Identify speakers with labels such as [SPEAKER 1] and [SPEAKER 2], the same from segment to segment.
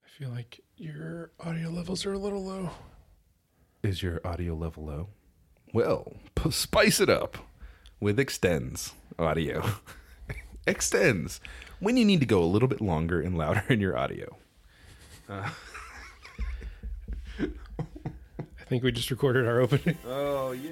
[SPEAKER 1] feel like your audio levels are a little low.
[SPEAKER 2] Is your audio level low? Well, p- spice it up with extends audio. extends when you need to go a little bit longer and louder in your audio.
[SPEAKER 1] I think we just recorded our opening.
[SPEAKER 2] Oh, yay.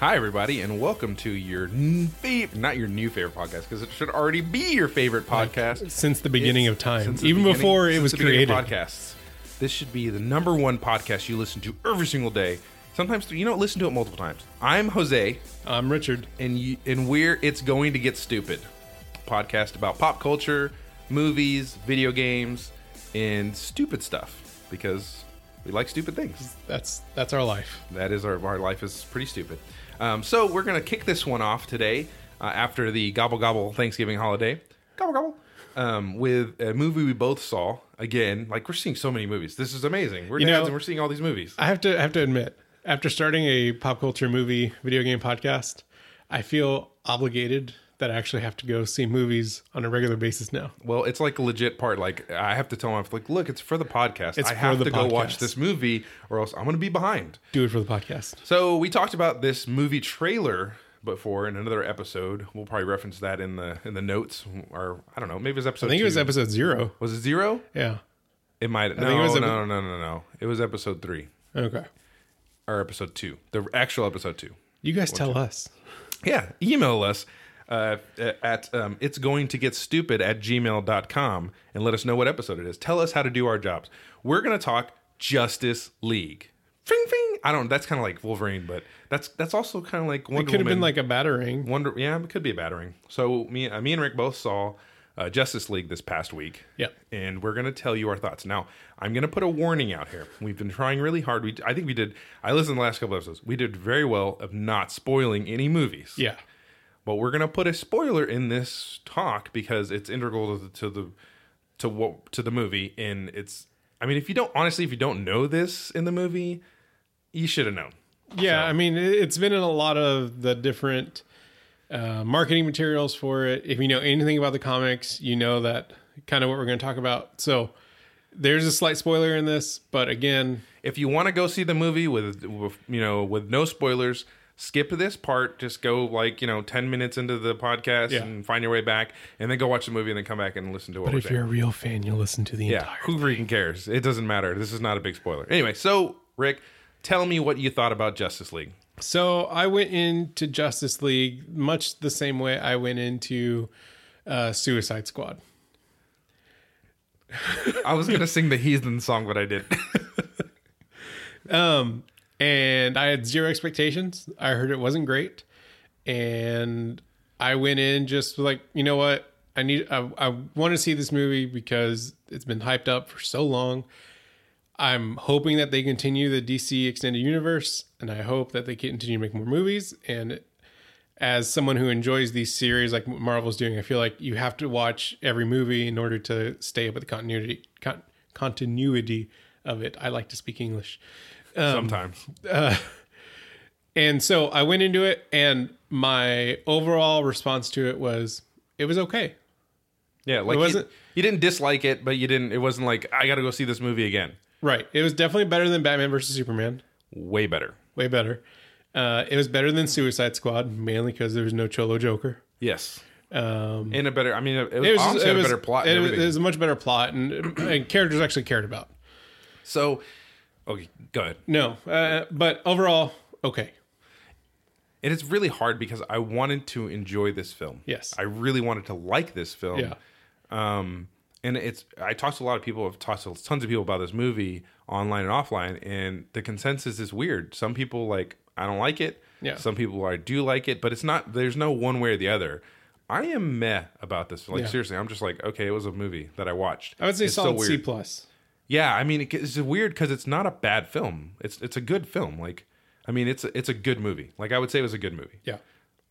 [SPEAKER 2] Hi, everybody, and welcome to your n- fav- not your new favorite podcast because it should already be your favorite podcast
[SPEAKER 1] Since the beginning
[SPEAKER 2] It's-
[SPEAKER 1] of time,
[SPEAKER 2] since the
[SPEAKER 1] even
[SPEAKER 2] beginning-
[SPEAKER 1] before it
[SPEAKER 2] since
[SPEAKER 1] was
[SPEAKER 2] the beginning
[SPEAKER 1] created.
[SPEAKER 2] of Podcasts. This should be the number one podcast you listen to every single day. Sometimes you know, listen to it multiple times. I'm Jose,
[SPEAKER 1] I'm Richard.
[SPEAKER 2] and you, and we're it's going to get stupid podcast about pop culture, movies, video games, and stupid stuff because we like stupid things.
[SPEAKER 1] That's that's our life.
[SPEAKER 2] That is our our life is pretty stupid. Um, so we're gonna kick this one off today uh, after the gobble gobble Thanksgiving holiday, gobble gobble, um, with a movie we both saw again. Like we're seeing so many movies. This is amazing. We're
[SPEAKER 1] You
[SPEAKER 2] dads
[SPEAKER 1] know-
[SPEAKER 2] and we're seeing all these movies.
[SPEAKER 1] I have to I have to admit, after starting a pop culture movie video game podcast, I feel obligated that I actually have to go see movies on a regular basis now.
[SPEAKER 2] Well, it's like a legit part. Like I have to tell my wife, like, look, it's for the podcast.
[SPEAKER 1] It's
[SPEAKER 2] I
[SPEAKER 1] for
[SPEAKER 2] have
[SPEAKER 1] the
[SPEAKER 2] to go
[SPEAKER 1] podcast.
[SPEAKER 2] watch this movie, or else I'm gonna be behind.
[SPEAKER 1] Do it for the podcast.
[SPEAKER 2] So we talked about this movie trailer before in another episode. We'll probably reference that in the in the notes, or I don't know, maybe it was episode.
[SPEAKER 1] I think it was episode zero.
[SPEAKER 2] Was it zero?
[SPEAKER 1] Yeah.
[SPEAKER 2] It might. No,
[SPEAKER 1] think it was
[SPEAKER 2] no,
[SPEAKER 1] epi-
[SPEAKER 2] no, no, no, no. It was episode three
[SPEAKER 1] Okay.
[SPEAKER 2] or episode two, the actual episode two.
[SPEAKER 1] You guys tell us.
[SPEAKER 2] Yeah, email us uh, at um, it's going to get stupid at gmail.com and let us know what episode it is. Tell us how to do our jobs. We're going to talk Justice League. Fing, fing. I don't. That's kind of like Wolverine, but that's that's also kind of like Wonder
[SPEAKER 1] Could have
[SPEAKER 2] Woman.
[SPEAKER 1] been like a battering.
[SPEAKER 2] Wonder. Yeah, it could be a battering. So me, uh, me and Rick both saw uh, Justice League this past week.
[SPEAKER 1] Yep.
[SPEAKER 2] and we're gonna tell you our thoughts. Now, I'm gonna put a warning out here. We've been trying really hard. We, I think we did. I listened to the last couple episodes. We did very well of not spoiling any movies.
[SPEAKER 1] Yeah.
[SPEAKER 2] But we're gonna put a spoiler in this talk because it's integral to the to the to what to the movie, and it's. I mean, if you don't honestly, if you don't know this in the movie, you should have known.
[SPEAKER 1] Yeah, I mean, it- it's been in a lot of the different uh, marketing materials for it. If you know anything about the comics, you know that kind of what we're going to talk about. So there's a slight spoiler in this, but again,
[SPEAKER 2] if you want to go see the movie with, with you know with no spoilers skip this part just go like you know 10 minutes into the podcast
[SPEAKER 1] Yeah.
[SPEAKER 2] and find your way back and then go watch the movie and then come back and listen to what we're saying
[SPEAKER 1] a real fan, you'll listen to the
[SPEAKER 2] yeah who freaking cares it doesn't matter this is not a big spoiler anyway so rick tell me what you thought about justice league
[SPEAKER 1] So I went into Justice League much the same way I went into uh, Suicide Squad.
[SPEAKER 2] i was gonna sing the heathen song but i did
[SPEAKER 1] and I had zero expectations. I heard it wasn't great, and I went in just like, you know what, I need, I, I want to see this movie because it's been hyped up for so long. I'm hoping that they continue the DC extended universe, and I hope that they continue to make more movies. And as someone who enjoys these series like Marvel's doing, I feel like you have to watch every movie in order to stay up with the continuity con- continuity of it. I like to speak English. Um,
[SPEAKER 2] sometimes
[SPEAKER 1] And so I went into it, and my overall response to it was, it was okay.
[SPEAKER 2] yeah like
[SPEAKER 1] wasn't-
[SPEAKER 2] you, you didn't dislike it but you didn't it wasn't like i gotta go see this movie again
[SPEAKER 1] Right. It was definitely better than Batman versus Superman.
[SPEAKER 2] way better
[SPEAKER 1] Way better. Uh, it was better than Suicide Squad, mainly because there was no Cholo Joker.
[SPEAKER 2] yes
[SPEAKER 1] Um,
[SPEAKER 2] and a better i mean it,
[SPEAKER 1] it
[SPEAKER 2] was,
[SPEAKER 1] was,
[SPEAKER 2] honestly
[SPEAKER 1] it
[SPEAKER 2] had a
[SPEAKER 1] was-
[SPEAKER 2] Oh, better plot and
[SPEAKER 1] It was,
[SPEAKER 2] everything.
[SPEAKER 1] it was a much better plot, and, and characters actually cared about.
[SPEAKER 2] So, okay, go ahead.
[SPEAKER 1] No, uh, but overall, okay.
[SPEAKER 2] And it's really hard because I wanted to enjoy this film.
[SPEAKER 1] Yes.
[SPEAKER 2] I really wanted to like this film.
[SPEAKER 1] Yeah.
[SPEAKER 2] Um, and it's I talked to a lot of people. I've talked to tons of people about this movie online and offline, and the consensus is weird. Some people like I don't like it.
[SPEAKER 1] Yeah.
[SPEAKER 2] Some people I do like it, but it's not. There's no one way or the other. I am meh about this. Like
[SPEAKER 1] Yeah.
[SPEAKER 2] seriously, I'm just like okay, it was a movie that I watched.
[SPEAKER 1] I would say
[SPEAKER 2] it's
[SPEAKER 1] solid
[SPEAKER 2] weird.
[SPEAKER 1] C plus.
[SPEAKER 2] Yeah, I mean, it- it's weird because it's not a bad film. It's it's a good film. Like, I mean, it's a, it's a good movie. Like, I would say it was a good movie.
[SPEAKER 1] Yeah.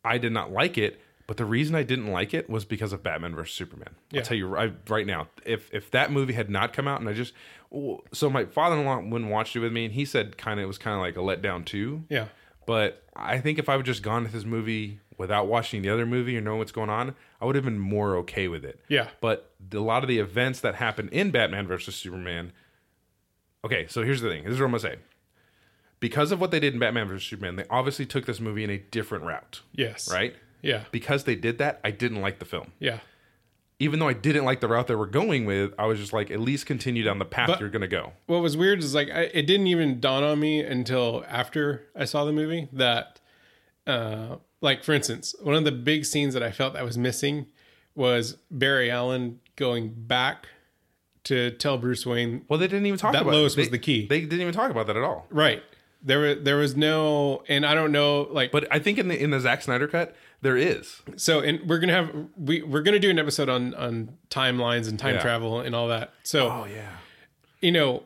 [SPEAKER 2] I did not like it, but the reason I didn't like it was because of Batman versus Superman.
[SPEAKER 1] Yeah.
[SPEAKER 2] I'll tell you right, right now, if if that movie had not come out, and I just so my father in law went and watched it with me, and he said kind of it was kind of like a letdown too.
[SPEAKER 1] Yeah.
[SPEAKER 2] But I think if I would just gone to this movie without watching the other movie or knowing what's going on, I would have been more okay with it.
[SPEAKER 1] Yeah.
[SPEAKER 2] But the- a lot of the events that happen in Batman versus Superman. Okay, so here's the thing. This is what I'm gonna say. Because of what they did in Batman versus Superman, they obviously took this movie in a different route,
[SPEAKER 1] Yes.
[SPEAKER 2] right?
[SPEAKER 1] Yeah.
[SPEAKER 2] Because they did that, I didn't like the film.
[SPEAKER 1] Yeah.
[SPEAKER 2] Even though I didn't like the route they were going with, I was just like, at least continue down the path
[SPEAKER 1] But-
[SPEAKER 2] you're gonna go.
[SPEAKER 1] What was weird is like I, it didn't even dawn on me until after I saw the movie that, uh, like for instance, one of the big scenes that I felt that was missing was Barry Allen going back to tell Bruce Wayne
[SPEAKER 2] Well, they didn't even talk
[SPEAKER 1] That
[SPEAKER 2] about
[SPEAKER 1] Lois
[SPEAKER 2] it.
[SPEAKER 1] was
[SPEAKER 2] They-
[SPEAKER 1] the key.
[SPEAKER 2] They didn't even talk about that at all.
[SPEAKER 1] right there. wa- There was no, and I don't know like
[SPEAKER 2] But I think in the in the Zack Snyder cut, there is.
[SPEAKER 1] so and we're gonna have we we're gonna do an episode on on timelines and time
[SPEAKER 2] Yeah. Oh,
[SPEAKER 1] travel and all that so
[SPEAKER 2] yeah.
[SPEAKER 1] you know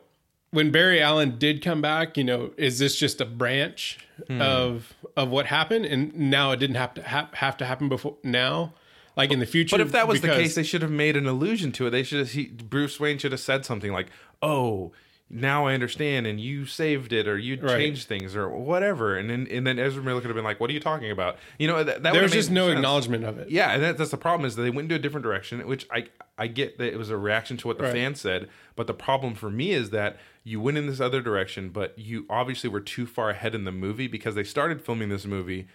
[SPEAKER 1] when barry allen did come back you know is this just a branch
[SPEAKER 2] Hmm.
[SPEAKER 1] of of what happened and now it didn't have to ha- have to happen before now like in the future
[SPEAKER 2] But if that was the
[SPEAKER 1] because-
[SPEAKER 2] case, they should have made an allusion to it. They should have, he, Bruce Wayne should have said something like, "Oh, now I understand, and you saved it, or you
[SPEAKER 1] Right.
[SPEAKER 2] changed things, or whatever." And then and then Ezra Miller could have been like, "What are you talking about?" You know, that,
[SPEAKER 1] there
[SPEAKER 2] that would
[SPEAKER 1] was
[SPEAKER 2] have made
[SPEAKER 1] just no
[SPEAKER 2] sense.
[SPEAKER 1] acknowledgement of it
[SPEAKER 2] Yeah, and that, that's the problem is that they went into a different direction, which I I get that it was a reaction to what the
[SPEAKER 1] Right.
[SPEAKER 2] fans said, but the problem for me is that you went in this other direction, but you obviously were too far ahead in the movie because they started filming this movie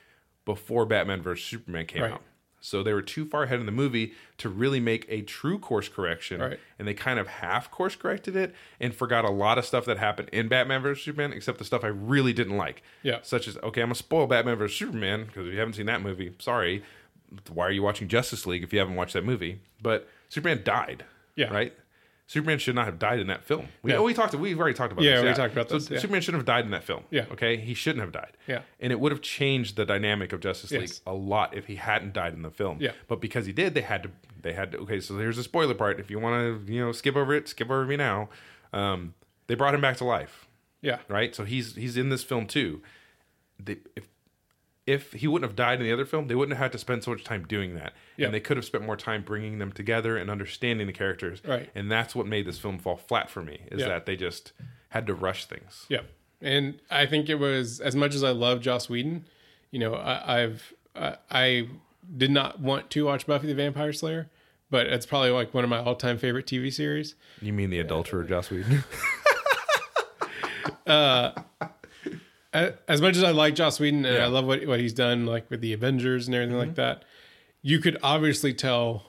[SPEAKER 2] before Batman vs Superman came
[SPEAKER 1] Right.
[SPEAKER 2] out. So they were too far ahead in the movie to really make a true course correction,
[SPEAKER 1] Right.
[SPEAKER 2] and they kind of half course corrected it and forgot a lot of stuff that happened in Batman vs Superman, except the stuff I really didn't like
[SPEAKER 1] Yeah.
[SPEAKER 2] such as okay, I'm gonna spoil Batman vs Superman because if you haven't seen that movie, sorry. Why are you watching Justice League if you haven't watched that movie? But Superman died.
[SPEAKER 1] Yeah.
[SPEAKER 2] Right. Superman should not have died in that film. We,
[SPEAKER 1] Yeah.
[SPEAKER 2] oh, we talked. We've already talked about.
[SPEAKER 1] Yeah,
[SPEAKER 2] this.
[SPEAKER 1] we talked about this,
[SPEAKER 2] So
[SPEAKER 1] yeah.
[SPEAKER 2] Superman shouldn't have died in that film.
[SPEAKER 1] Yeah.
[SPEAKER 2] Okay. He shouldn't have died.
[SPEAKER 1] Yeah.
[SPEAKER 2] And it would have changed the dynamic of Justice League
[SPEAKER 1] Yes.
[SPEAKER 2] a lot if he hadn't died in the film.
[SPEAKER 1] Yeah.
[SPEAKER 2] But because he did, they had to. They had to. Okay. So here's the spoiler part. If you want to, you know, skip over it, skip over me now. Um, they brought him back to life
[SPEAKER 1] yeah
[SPEAKER 2] right? So he's he's in this film too. They, if if he wouldn't have died in the other film, they wouldn't have had to spend so much time doing that,
[SPEAKER 1] Yeah.
[SPEAKER 2] and they could have spent more time bringing them together and understanding the characters.
[SPEAKER 1] Right.
[SPEAKER 2] and that's what made this film fall flat for me is
[SPEAKER 1] Yeah.
[SPEAKER 2] that they just had to rush things.
[SPEAKER 1] Yeah, and I think it was as much as I love Joss Whedon, you know, I, I've I, I did not want to watch Buffy the Vampire Slayer, but it's probably like one of my all-time favorite TV series.
[SPEAKER 2] You mean the adulterer Joss Whedon?
[SPEAKER 1] A- As much as I like Joss Whedon and I love what what he's done, like with the Avengers and everything
[SPEAKER 2] Mm-hmm.
[SPEAKER 1] like that, you could obviously tell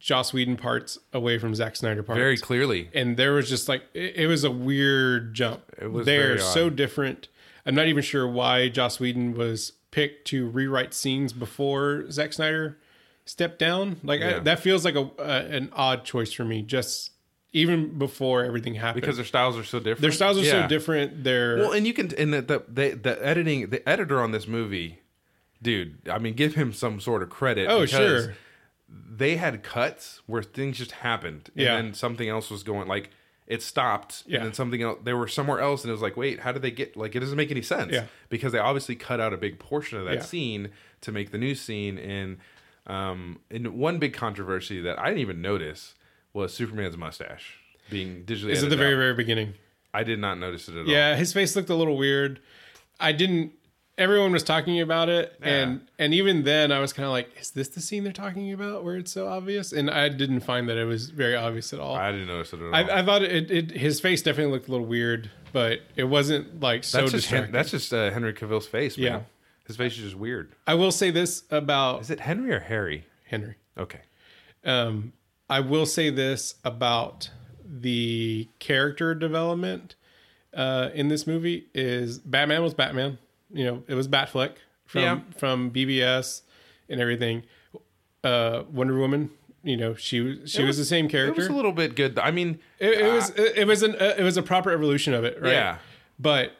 [SPEAKER 1] Joss Whedon parts away from Zack Snyder parts.
[SPEAKER 2] Very clearly.
[SPEAKER 1] and there was just like it, it was a weird jump. It
[SPEAKER 2] was
[SPEAKER 1] they
[SPEAKER 2] very
[SPEAKER 1] are so different. I'm not even sure why Joss Whedon was picked to rewrite scenes before Zack Snyder stepped down. Like I,
[SPEAKER 2] Yeah.
[SPEAKER 1] that feels like a, a an odd choice for me. Just even before everything happened,
[SPEAKER 2] Because their styles are so different.
[SPEAKER 1] their styles are
[SPEAKER 2] Yeah.
[SPEAKER 1] so different. They're
[SPEAKER 2] Well, and you can and the the, the the editing the editor on this movie, dude. I mean, give him some sort of credit.
[SPEAKER 1] Oh,
[SPEAKER 2] because
[SPEAKER 1] sure.
[SPEAKER 2] They had cuts where things just happened, and
[SPEAKER 1] Yeah.
[SPEAKER 2] then something else was going. Like it stopped,
[SPEAKER 1] Yeah.
[SPEAKER 2] and then something else. They were somewhere else, and it was like, wait, how did they get? Like it doesn't make any sense.
[SPEAKER 1] Yeah.
[SPEAKER 2] because they obviously cut out a big portion of that
[SPEAKER 1] Yeah.
[SPEAKER 2] scene to make the new scene. And um, and one big controversy that I didn't even notice was Superman's mustache being digitally.
[SPEAKER 1] it's at the
[SPEAKER 2] edited
[SPEAKER 1] very
[SPEAKER 2] out.
[SPEAKER 1] very beginning.
[SPEAKER 2] I did not notice it at all.
[SPEAKER 1] Yeah, his face looked a little weird. I didn't. Everyone was talking about it, and and even then, I was kind of like, "Is this the scene they're talking about where it's so obvious?" And I didn't find that it was very obvious at all. I,
[SPEAKER 2] I didn't notice it at all.
[SPEAKER 1] I, thought it, it his face definitely looked a little weird, but it wasn't like so
[SPEAKER 2] That's just Hen-
[SPEAKER 1] distracting.
[SPEAKER 2] that's just uh, Henry Cavill's face, man.
[SPEAKER 1] Yeah.
[SPEAKER 2] His face is just weird.
[SPEAKER 1] I will say this about
[SPEAKER 2] Is it Henry or Harry?
[SPEAKER 1] Henry.
[SPEAKER 2] Okay.
[SPEAKER 1] Um, I will say this about the character development uh, in this movie is Batman was Batman. You know, it was Batfleck from
[SPEAKER 2] Yeah.
[SPEAKER 1] from BBS and everything. Uh, Wonder Woman. You know, she was- she was, the same
[SPEAKER 2] It
[SPEAKER 1] character.
[SPEAKER 2] was a little bit good. I mean,
[SPEAKER 1] It, it was it, it was an uh, it was a proper evolution of it, right?
[SPEAKER 2] Yeah.
[SPEAKER 1] But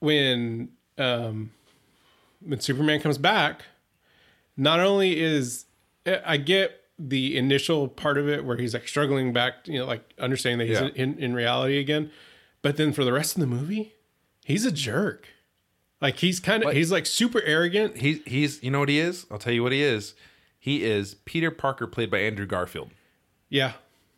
[SPEAKER 1] when um when Superman comes back, not only is I I get the initial part of it where he's like struggling back, you know, like understanding that he's
[SPEAKER 2] Yeah.
[SPEAKER 1] in, in reality again, but then for the rest of the movie, he's a jerk. Like he's kind of he's like super arrogant.
[SPEAKER 2] he's he's you know what he is? I'll tell you what he is. He is Peter Parker played by Andrew Garfield.
[SPEAKER 1] Yeah.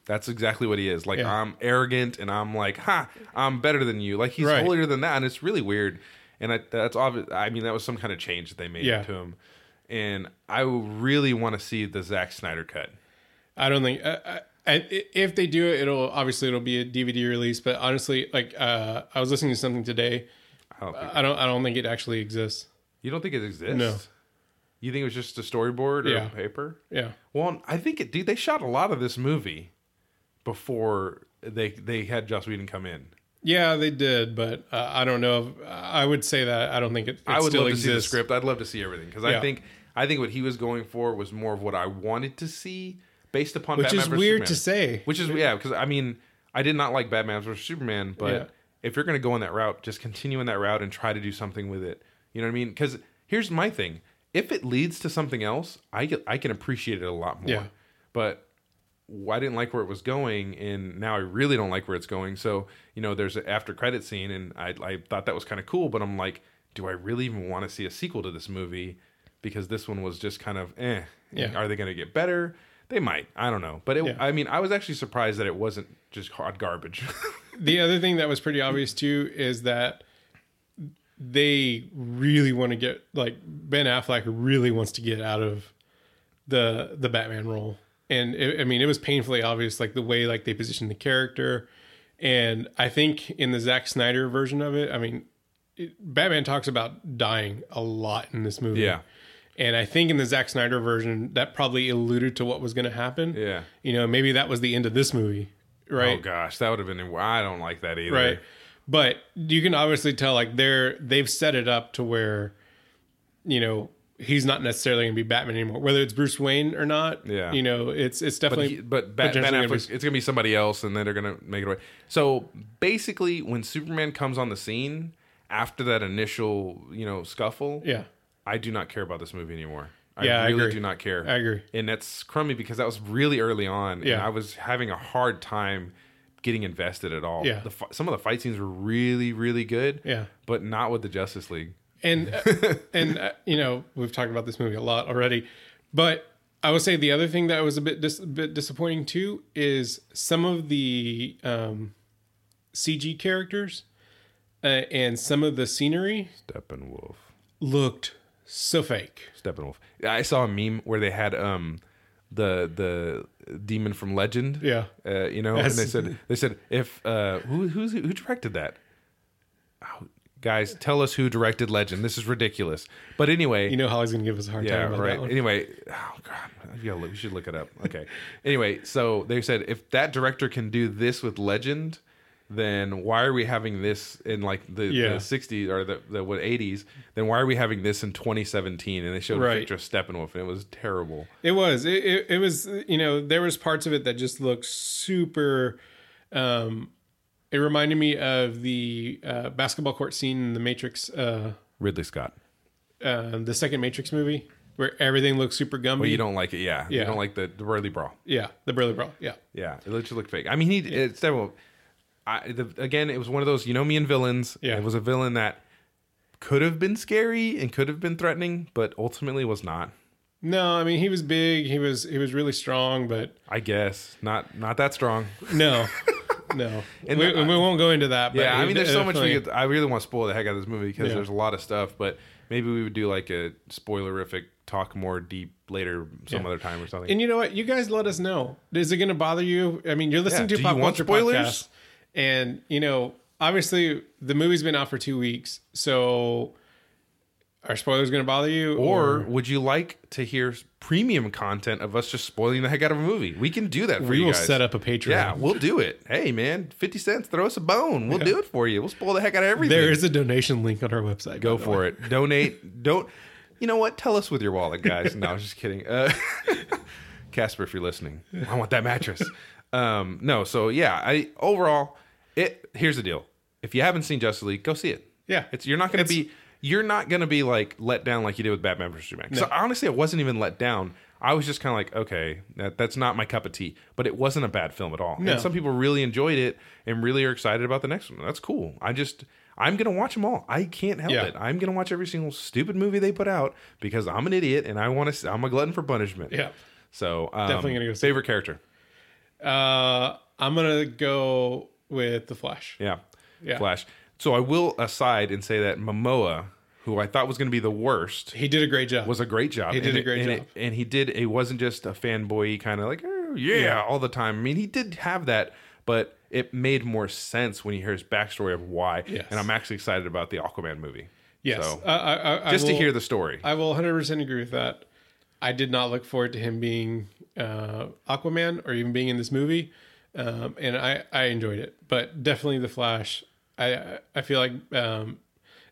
[SPEAKER 2] That's exactly what he is. Like
[SPEAKER 1] Yeah.
[SPEAKER 2] I'm arrogant and I'm like, ha, I'm better than you. Like he's
[SPEAKER 1] Right.
[SPEAKER 2] holier than that, and it's really weird. and I, that's obvious. I mean, that was some kind of change that they made
[SPEAKER 1] Yeah.
[SPEAKER 2] to him. And I really want to see the Zack Snyder cut.
[SPEAKER 1] I don't think. I, I, I- if they do it, it'll obviously it'll be a DVD release. But honestly, like uh, I was listening to something today,
[SPEAKER 2] I don't think,
[SPEAKER 1] I don't I don't think it actually exists.
[SPEAKER 2] you don't think it exists?
[SPEAKER 1] No.
[SPEAKER 2] You think it was just a storyboard or
[SPEAKER 1] Yeah.
[SPEAKER 2] paper?
[SPEAKER 1] Yeah,
[SPEAKER 2] Well, I think it, dude, they shot a lot of this movie before they they had Joss Whedon come in.
[SPEAKER 1] yeah, they did, but uh, I don't know. If, I would say that I don't think it. it
[SPEAKER 2] I would
[SPEAKER 1] still
[SPEAKER 2] love to see the
[SPEAKER 1] exists.
[SPEAKER 2] script. I'd love to see everything because I
[SPEAKER 1] Yeah.
[SPEAKER 2] think I think what he was going for was more of what I wanted to see based upon
[SPEAKER 1] which
[SPEAKER 2] Batman
[SPEAKER 1] is
[SPEAKER 2] versus
[SPEAKER 1] weird
[SPEAKER 2] Superman.
[SPEAKER 1] to say.
[SPEAKER 2] Which is yeah, because I mean, I did not like Batman versus Superman, but
[SPEAKER 1] Yeah.
[SPEAKER 2] if you're going to go in that route, just continue in that route and try to do something with it. You know what I mean? Because here's my thing: if it leads to something else, I get, I can appreciate it a lot more.
[SPEAKER 1] Yeah.
[SPEAKER 2] But well, I didn't like where it was going, and now I really don't like where it's going. So you know, there's an after credit scene, and I, I thought that was kind of cool, but I'm like, do I really even want to see a sequel to this movie? Because this one was just kind of eh.
[SPEAKER 1] Yeah.
[SPEAKER 2] Are they going to get better? They might. I don't know. But it,
[SPEAKER 1] Yeah.
[SPEAKER 2] I mean, I was actually surprised that it wasn't just hot garbage.
[SPEAKER 1] the other thing that was pretty obvious too is that they really want to get like Ben Affleck really wants to get out of the the Batman role, and it, I mean it was painfully obvious like the way like they positioned the character, and I think in the Zack Snyder version of it, I mean, it, Batman talks about dying a lot in this movie,
[SPEAKER 2] Yeah.
[SPEAKER 1] and I think in the Zack Snyder version that probably alluded to what was going to happen,
[SPEAKER 2] Yeah.
[SPEAKER 1] you know maybe that was the end of this movie,
[SPEAKER 2] Oh
[SPEAKER 1] right?
[SPEAKER 2] gosh, that would have been. I don't like that either.
[SPEAKER 1] right but you can obviously tell like they're they've set it up to where you know he's not necessarily going to be batman anymore whether it's bruce wayne or not
[SPEAKER 2] Yeah.
[SPEAKER 1] you know it's it's
[SPEAKER 2] But,
[SPEAKER 1] definitely
[SPEAKER 2] he, but Bat, Ben
[SPEAKER 1] potentially gonna be-
[SPEAKER 2] Affleck, it's gonna be somebody else, and then they're gonna make it away. So basically, when Superman comes on the scene after that initial, you know, scuffle,
[SPEAKER 1] yeah
[SPEAKER 2] I do not care about this movie anymore. I
[SPEAKER 1] Yeah, I
[SPEAKER 2] really
[SPEAKER 1] agree.
[SPEAKER 2] do not care.
[SPEAKER 1] I agree.
[SPEAKER 2] And that's crummy because that was really early on. And
[SPEAKER 1] Yeah.
[SPEAKER 2] I was having a hard time getting invested at all.
[SPEAKER 1] Yeah.
[SPEAKER 2] The, fi- some of the fight scenes were really, really good.
[SPEAKER 1] Yeah.
[SPEAKER 2] But not with the Justice League.
[SPEAKER 1] and uh, and uh, you know we've talked about this movie a lot already but i would say the other thing that was a bit dis- bit disappointing too is some of the um cg characters uh, and some of the scenery
[SPEAKER 2] Steppenwolf.
[SPEAKER 1] looked so fake
[SPEAKER 2] Steppenwolf. I saw a meme where they had um the the demon from Legend.
[SPEAKER 1] Yeah.
[SPEAKER 2] Uh, you know,
[SPEAKER 1] Yes.
[SPEAKER 2] and they said they said if uh who who's, who directed that? Oh, guys, tell us who directed Legend. This is ridiculous. But anyway,
[SPEAKER 1] You know Holly's gonna give us a hard time about that one.
[SPEAKER 2] Anyway, oh god, yeah, we should look it up. Okay. anyway, so they said if that director can do this with Legend, then why are we having this in like the,
[SPEAKER 1] Yeah.
[SPEAKER 2] the 60s or the, the what 80s? Then why are we having this in 2017? And they showed a
[SPEAKER 1] Right.
[SPEAKER 2] picture of Steppenwolf, and it was terrible.
[SPEAKER 1] It was. It, it, it was. You know, there was parts of it that just looked super. Um, it reminded me of the uh, basketball court scene in the Matrix, uh,
[SPEAKER 2] Ridley Scott.
[SPEAKER 1] uh, the second Matrix movie, where everything looks super gumby.
[SPEAKER 2] But you don't like it, yeah. You
[SPEAKER 1] Yeah.
[SPEAKER 2] don't like the, the Burley Brawl.
[SPEAKER 1] yeah, the Burly Brawl. Yeah,
[SPEAKER 2] Yeah, it literally looked fake. I mean, he it, Steppenwolf. I, the, again, it was one of those you know me and villains.
[SPEAKER 1] Yeah.
[SPEAKER 2] it was a villain that could have been scary and could have been threatening, but ultimately was not.
[SPEAKER 1] no, I mean he was big. He was he was really strong, but
[SPEAKER 2] I guess not not that strong.
[SPEAKER 1] no, no.
[SPEAKER 2] And
[SPEAKER 1] we,
[SPEAKER 2] the-
[SPEAKER 1] we won't go into that. But
[SPEAKER 2] Yeah, I mean, there's so much we
[SPEAKER 1] definitely-
[SPEAKER 2] could. I really want to spoil the heck out of this movie because
[SPEAKER 1] Yeah.
[SPEAKER 2] there's a lot of stuff, but maybe we would do like a spoilerific talk more deep later some other time or something.
[SPEAKER 1] And you know what? You guys let us know. Is it going to bother you? I mean, you're listening to
[SPEAKER 2] Yeah. Do
[SPEAKER 1] Pop
[SPEAKER 2] you want
[SPEAKER 1] Culture
[SPEAKER 2] spoilers?
[SPEAKER 1] Podcast, and you know, obviously, the movie's been out for two weeks, so are spoilers going to bother you?
[SPEAKER 2] or would you like to hear premium content of us just spoiling the heck out of a movie? We can do that for
[SPEAKER 1] we
[SPEAKER 2] you
[SPEAKER 1] will
[SPEAKER 2] guys.
[SPEAKER 1] set up a Patreon.
[SPEAKER 2] Yeah, we'll do it. Hey, man, 50 cents, throw us a bone. We'll do it for you. We'll spoil the heck out of everything.
[SPEAKER 1] there is a donation link on our website.
[SPEAKER 2] Go for it. Donate. Don't, you know what? Tell us with your wallet, guys. No, I was just kidding. Uh, Casper, if you're listening, I want that mattress. Um, no, so yeah, I overall, it here's the deal. If you haven't seen Justice League, go see it.
[SPEAKER 1] Yeah.
[SPEAKER 2] It's you're not gonna be you're not gonna be like let down like you did with Batman vs Superman. So honestly, I wasn't even let down. I was just kind of like, okay, that, that's not my cup of tea. But it wasn't a bad film at all.
[SPEAKER 1] No.
[SPEAKER 2] And some people really enjoyed it and really are excited about the next one. That's cool. I just I'm gonna watch them all. I can't help
[SPEAKER 1] Yeah.
[SPEAKER 2] it. I'm gonna watch every single stupid movie they put out because I'm an idiot and I want to. I'm a glutton for punishment.
[SPEAKER 1] Yeah.
[SPEAKER 2] So um,
[SPEAKER 1] Definitely gonna go see
[SPEAKER 2] favorite character.
[SPEAKER 1] Uh, I'm going to go with the Flash.
[SPEAKER 2] Yeah.
[SPEAKER 1] Yeah.
[SPEAKER 2] Flash. So I will aside and say that Momoa, who I thought was going to be the worst,
[SPEAKER 1] He did a great job.
[SPEAKER 2] was a great job.
[SPEAKER 1] He did
[SPEAKER 2] And
[SPEAKER 1] a great
[SPEAKER 2] it- and
[SPEAKER 1] job.
[SPEAKER 2] it- and he did. It wasn't just a fanboy kind of like "Oh, yeah, all the time. I mean, he did have that, but it made more sense when you hear his backstory of why.
[SPEAKER 1] Yes.
[SPEAKER 2] And I'm actually excited about the Aquaman movie.
[SPEAKER 1] yes.
[SPEAKER 2] So,
[SPEAKER 1] I, I, I- I
[SPEAKER 2] just
[SPEAKER 1] will-
[SPEAKER 2] to hear the story.
[SPEAKER 1] I will 100% agree with that. I did not look forward to him being uh, Aquaman or even being in this movie, um, and I, I enjoyed it. But definitely the Flash. I I feel like um,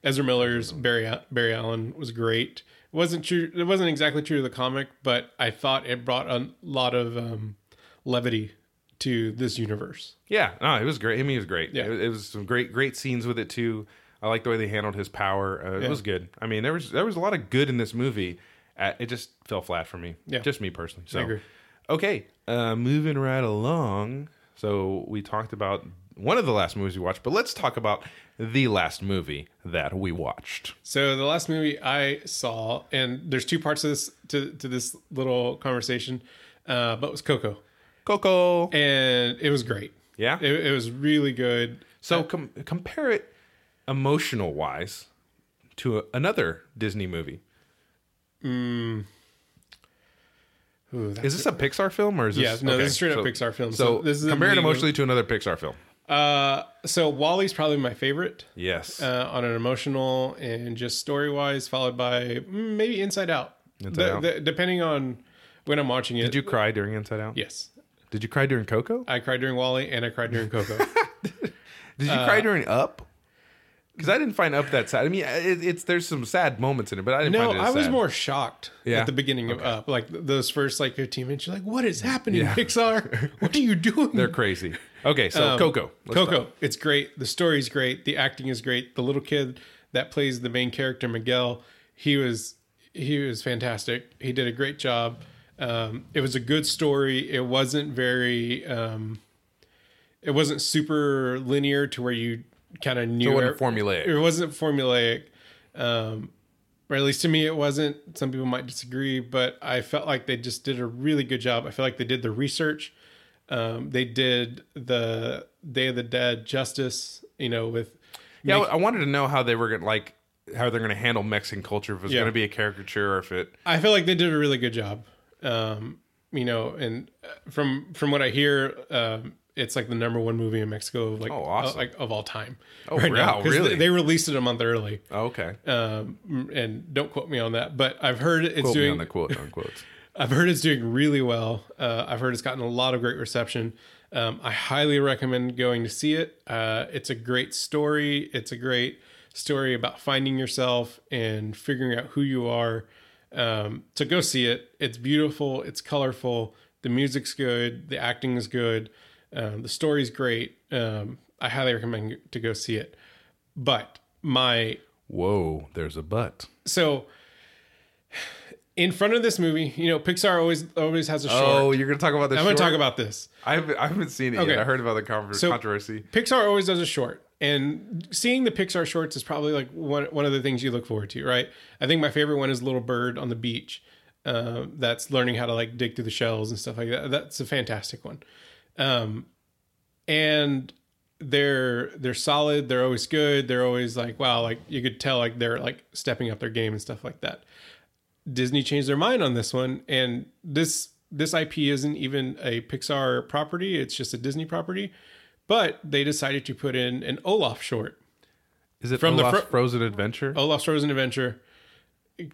[SPEAKER 1] Ezra Miller's Barry Barry Allen was great. It wasn't true. It wasn't exactly true to the comic, but I thought it brought a lot of um, levity to this universe.
[SPEAKER 2] Yeah, no, it was great. I mean, it was great.
[SPEAKER 1] Yeah.
[SPEAKER 2] It, it was some great, great scenes with it too. I like the way they handled his power. Uh, It was good. I mean, there was there was a lot of good in this movie. Uh, it just fell flat for me.
[SPEAKER 1] Yeah.
[SPEAKER 2] just me personally. So,
[SPEAKER 1] agree.
[SPEAKER 2] okay, uh, moving right along. So we talked about one of the last movies we watched, but let's talk about the last movie that we watched.
[SPEAKER 1] So the last movie I saw, and there's two parts of this to, to this little conversation, uh, but it was Coco,
[SPEAKER 2] Coco.
[SPEAKER 1] and it was great.
[SPEAKER 2] Yeah.
[SPEAKER 1] it, it was really good.
[SPEAKER 2] So com- compare it emotional wise to a- another Disney movie.
[SPEAKER 1] Mm. Ooh, that-
[SPEAKER 2] Is this a Pixar film or is this?
[SPEAKER 1] Yeah, no, this is straight up Pixar film.
[SPEAKER 2] So,
[SPEAKER 1] So this is a
[SPEAKER 2] compared
[SPEAKER 1] movie-
[SPEAKER 2] emotionally to another Pixar film.
[SPEAKER 1] uh, so Wally's probably my favorite
[SPEAKER 2] Yes,
[SPEAKER 1] uh, on an emotional and just story wise, followed by mm, maybe Inside Out.
[SPEAKER 2] Inside
[SPEAKER 1] The-
[SPEAKER 2] Out.
[SPEAKER 1] the- depending on when I'm watching it.
[SPEAKER 2] did you cry during Inside Out?
[SPEAKER 1] Yes,
[SPEAKER 2] Did you cry during Coco?
[SPEAKER 1] I cried during Wally and I cried during Coco.
[SPEAKER 2] Did you
[SPEAKER 1] Uh,
[SPEAKER 2] cry during Up? Because I didn't find Up that sad. I mean, it, it's there's some sad moments in it, but I didn't.
[SPEAKER 1] No,
[SPEAKER 2] find it as
[SPEAKER 1] I was
[SPEAKER 2] sad.
[SPEAKER 1] more shocked
[SPEAKER 2] Yeah.
[SPEAKER 1] at the beginning of Up, like th- those first like 15 minutes. You're like, "What is happening, Pixar? What are you doing?"
[SPEAKER 2] They're crazy. Okay, so Coco. Let's
[SPEAKER 1] Um, Coco,
[SPEAKER 2] talk.
[SPEAKER 1] it's great. The story's great. The acting is great. The little kid that plays the main character, Miguel, he was he was fantastic. He did a great job. Um, it was a good story. It wasn't very. Um, it wasn't super linear to where you kind of knew
[SPEAKER 2] It wasn't formulaic.
[SPEAKER 1] it wasn't formulaic um or at least to me it wasn't some people might disagree but i felt like they just did a really good job i feel like they did the research um they did the day of the dead justice you know with
[SPEAKER 2] Yeah, I wanted to know how they were gonna like how they're gonna handle Mexican culture. If it was
[SPEAKER 1] Yeah.
[SPEAKER 2] gonna be a caricature or if it.
[SPEAKER 1] I feel like they did a really good job. Um, you know, and uh, from from what I hear, um, it's like the number one movie in Mexico, like
[SPEAKER 2] Oh, awesome.
[SPEAKER 1] uh, like of all time.
[SPEAKER 2] Oh, wow,
[SPEAKER 1] 'cause
[SPEAKER 2] really?
[SPEAKER 1] They, they released it a month early,
[SPEAKER 2] Oh, okay.
[SPEAKER 1] um, and don't quote me on that, but I've heard it's
[SPEAKER 2] Quote me
[SPEAKER 1] doing
[SPEAKER 2] on the quote unquote.
[SPEAKER 1] I've heard it's doing really well. Uh, I've heard it's gotten a lot of great reception. Um, I highly recommend going to see it. Uh, it's a great story. It's a great story about finding yourself and figuring out who you are. Um, so go see it. It's beautiful. It's colorful. The music's good. The acting is good. Um, the story's great. Um, I highly recommend to go see it. But my
[SPEAKER 2] Whoa, there's a but.
[SPEAKER 1] so in front of this movie, you know, Pixar always always has a short.
[SPEAKER 2] Oh, you're gonna talk about the.
[SPEAKER 1] I'm going to talk about this.
[SPEAKER 2] I haven't, I haven't seen it yet.
[SPEAKER 1] Okay.
[SPEAKER 2] I heard about the conver-
[SPEAKER 1] So-
[SPEAKER 2] controversy.
[SPEAKER 1] Pixar always does a short, and seeing the Pixar shorts is probably like one one of the things you look forward to, right? I think my favorite one is Little Bird on the beach. Uh, that's learning how to like dig through the shells and stuff like that. That's a fantastic one. Um, and they're they're solid. They're always good. They're always like wow, like you could tell like they're like stepping up their game and stuff like that. Disney changed their mind on this one, and this this IP isn't even a Pixar property; it's just a Disney property. But they decided to put in an Olaf short,
[SPEAKER 2] Is it
[SPEAKER 1] From
[SPEAKER 2] from Oh.
[SPEAKER 1] the
[SPEAKER 2] Olaf's
[SPEAKER 1] fro-
[SPEAKER 2] Frozen Adventure?
[SPEAKER 1] Olaf's Frozen Adventure,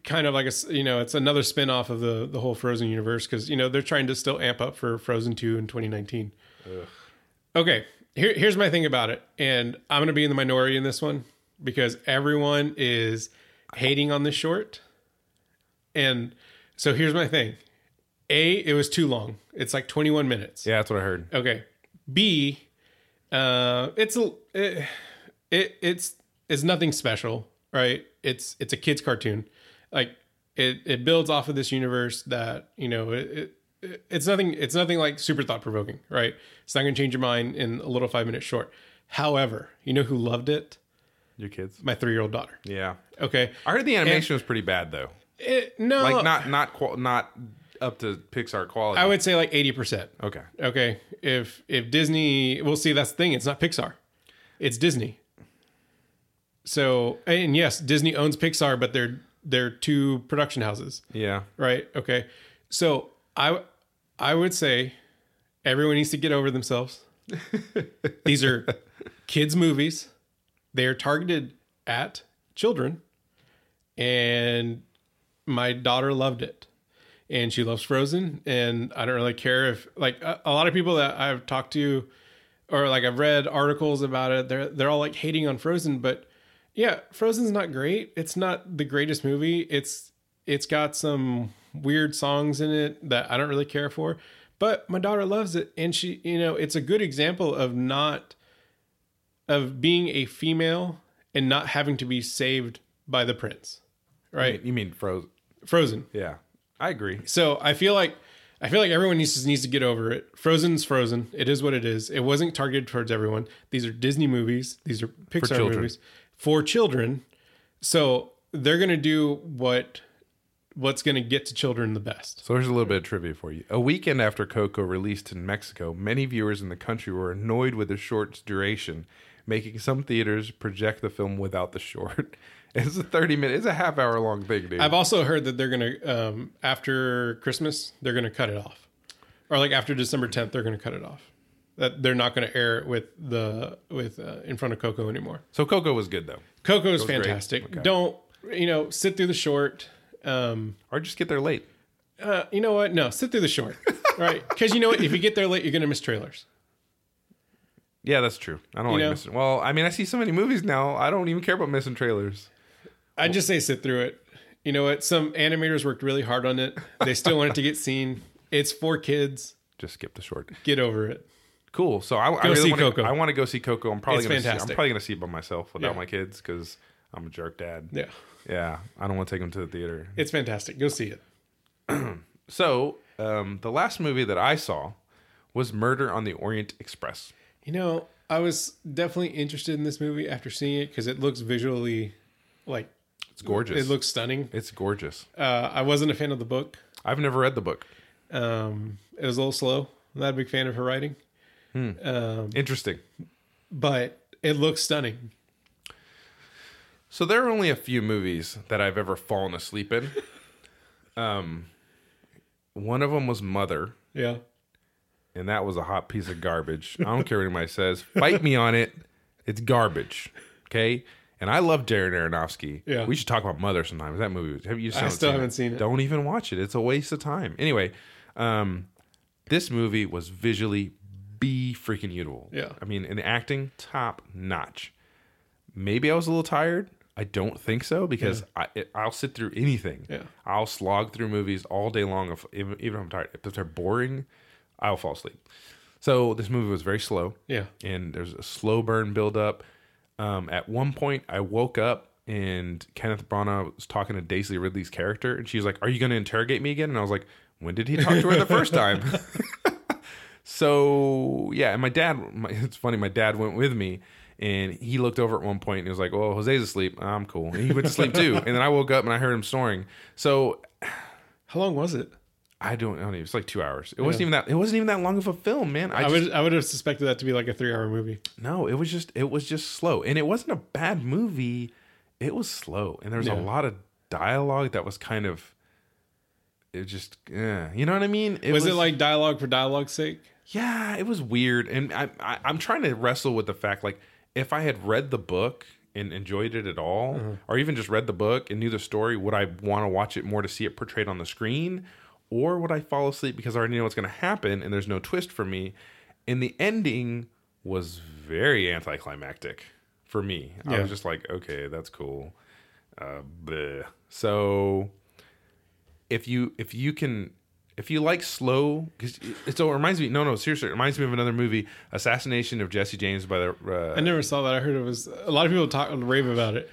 [SPEAKER 1] kind of like a s- you know it's another spin off of the the whole Frozen universe because you know they're trying to still amp up for Frozen two in 2019. Okay, here, here's my thing about it, and I'm gonna be in the minority in this one because everyone is hating on this short, and so here's my thing: a, it was too long. It's like 21 minutes.
[SPEAKER 2] Yeah, that's what I heard.
[SPEAKER 1] Okay. B, uh, it's a it, it it's it's nothing special, right? It's it's a kids cartoon, like it it builds off of this universe that you know it. it it's nothing. It's nothing like super thought provoking, right? It's not going to change your mind in a little five minute short. However, you know who loved it?
[SPEAKER 2] Your kids.
[SPEAKER 1] My three year old daughter.
[SPEAKER 2] Yeah,
[SPEAKER 1] Okay,
[SPEAKER 2] I heard the animation was pretty bad though.
[SPEAKER 1] It- no,
[SPEAKER 2] Like not not qual- not up to Pixar quality.
[SPEAKER 1] I would say like eighty percent.
[SPEAKER 2] okay.
[SPEAKER 1] Okay, if if Disney, we'll see. That's the thing. It's not Pixar. It's Disney. So and yes, Disney owns Pixar, but they're they're two production houses,
[SPEAKER 2] Yeah.
[SPEAKER 1] right? Okay. So I I would say everyone needs to get over themselves. These are kids movies. They are targeted at children and my daughter loved it. And she loves Frozen and I don't really care if like a, a lot of people that I've talked to or like I've read articles about it. They're they're all like hating on Frozen, but yeah, Frozen's not great. It's not the greatest movie. It's it's got some weird songs in it that I don't really care for, but my daughter loves it and she, you know, it's a good example of not of being a female and not having to be saved by the prince. Right?
[SPEAKER 2] You mean frozen?
[SPEAKER 1] Frozen.
[SPEAKER 2] Yeah. I agree.
[SPEAKER 1] So I feel like I feel like everyone needs to, needs to get over it. Frozen's Frozen. It is what it is. It wasn't targeted towards everyone. These are Disney movies. These are Pixar
[SPEAKER 2] children.
[SPEAKER 1] movies for children. So they're gonna do what what's gonna get to children the best.
[SPEAKER 2] So here's a little
[SPEAKER 1] Hmm.
[SPEAKER 2] bit of trivia for you. A weekend after Coco released in Mexico, many viewers in the country were annoyed with the short's duration, making some theaters project the film without the short. It's a 30 minute, it's a half hour long thing, dude.
[SPEAKER 1] I've also heard that they're gonna um, after Christmas they're gonna cut it off, or like after December tenth they're gonna cut it off. That they're not gonna air it with the with uh, in front of Coco anymore.
[SPEAKER 2] so Coco was good though.
[SPEAKER 1] Coco is fantastic. Don't you know? Sit through the short. Um,
[SPEAKER 2] Or just get there late.
[SPEAKER 1] uh, you know what? No, sit through the short. right? Because you know what? If you get there late, you're gonna miss trailers.
[SPEAKER 2] Yeah, that's true. I don't like
[SPEAKER 1] know?
[SPEAKER 2] missing. Well, I mean, I see so many movies now. I don't even care about missing trailers.
[SPEAKER 1] I just say sit through it. You know what? Some animators worked really hard on it. They still want it to get seen. It's for kids.
[SPEAKER 2] Just skip the short.
[SPEAKER 1] Get over it.
[SPEAKER 2] Cool. So I, I really
[SPEAKER 1] see
[SPEAKER 2] want to.
[SPEAKER 1] Coco.
[SPEAKER 2] I want to go see Coco. I'm probably
[SPEAKER 1] It's
[SPEAKER 2] gonna see, I'm
[SPEAKER 1] fantastic.
[SPEAKER 2] probably gonna see it by myself without
[SPEAKER 1] Yeah.
[SPEAKER 2] my kids because I'm a jerk dad.
[SPEAKER 1] Yeah,
[SPEAKER 2] Yeah, I don't want to take them to the theater.
[SPEAKER 1] it's fantastic. Go see it.
[SPEAKER 2] So, um, the last movie that I saw was Murder on the Orient Express.
[SPEAKER 1] You know, I was definitely interested in this movie after seeing it because it looks visually like
[SPEAKER 2] It's gorgeous.
[SPEAKER 1] it looks stunning.
[SPEAKER 2] it's gorgeous.
[SPEAKER 1] Uh, I wasn't a fan of the book.
[SPEAKER 2] I've never read the book.
[SPEAKER 1] Um, it was a little slow. I'm not a big fan of her writing,
[SPEAKER 2] Interesting.
[SPEAKER 1] but it looks stunning.
[SPEAKER 2] So there are only a few movies that I've ever fallen asleep in. um, one of them was Mother,
[SPEAKER 1] Yeah.
[SPEAKER 2] and that was a hot piece of garbage. I don't care what anybody says. Fight me on it. It's garbage. Okay. And I love Darren Aronofsky.
[SPEAKER 1] Yeah.
[SPEAKER 2] We should talk about Mother sometimes. That movie was. Have you? just
[SPEAKER 1] still haven't seen it.
[SPEAKER 2] Don't even watch it. It's a waste of time. Anyway, um, this movie was visually be freaking beautiful.
[SPEAKER 1] Yeah.
[SPEAKER 2] I mean, in acting, top notch. Maybe I was a little tired. I don't think so because I it, I'll sit through anything.
[SPEAKER 1] Yeah.
[SPEAKER 2] I'll slog through movies all day long. If, even, even if I'm tired, if they're boring, I'll fall asleep. So this movie was very slow,
[SPEAKER 1] Yeah.
[SPEAKER 2] and there's a slow burn buildup. Um, at one point, I woke up and Kenneth Branagh was talking to Daisy Ridley's character, and she was like, "Are you going to interrogate me again?" And I was like, "When did he talk to her the first time?" So yeah, and my dad. My, it's funny. My dad went with me, and he looked over at one point and he was like, "Well, Jose's asleep. I'm cool." And he went to sleep too. And then I woke up and I heard him snoring. So
[SPEAKER 1] How long was it?
[SPEAKER 2] I don't, I don't know. It's like two hours. It wasn't even that. It wasn't even that long of a film, man. I,
[SPEAKER 1] I
[SPEAKER 2] just,
[SPEAKER 1] would I would have suspected that to be like a three hour movie.
[SPEAKER 2] no. It was just. It was just slow, and it wasn't a bad movie. It was slow, and there was a lot of dialogue that was kind of. It just, yeah, you know what I mean.
[SPEAKER 1] was, it like dialogue for dialogue's sake?
[SPEAKER 2] yeah it was weird and I, I i'm trying to wrestle with the fact like if i had read the book and enjoyed it at all or even just read the book and knew the story would i want to watch it more to see it portrayed on the screen or would i fall asleep because i already know what's going to happen and there's no twist for me and the ending was very anticlimactic for me i
[SPEAKER 1] Yeah.
[SPEAKER 2] was just like okay that's cool uh, bleh. so if you if you can if you like slow because it, so it reminds me no no seriously it reminds me of another movie assassination of jesse james by the
[SPEAKER 1] I
[SPEAKER 2] uh,
[SPEAKER 1] never saw that. I heard it was a lot of people talk rave about it.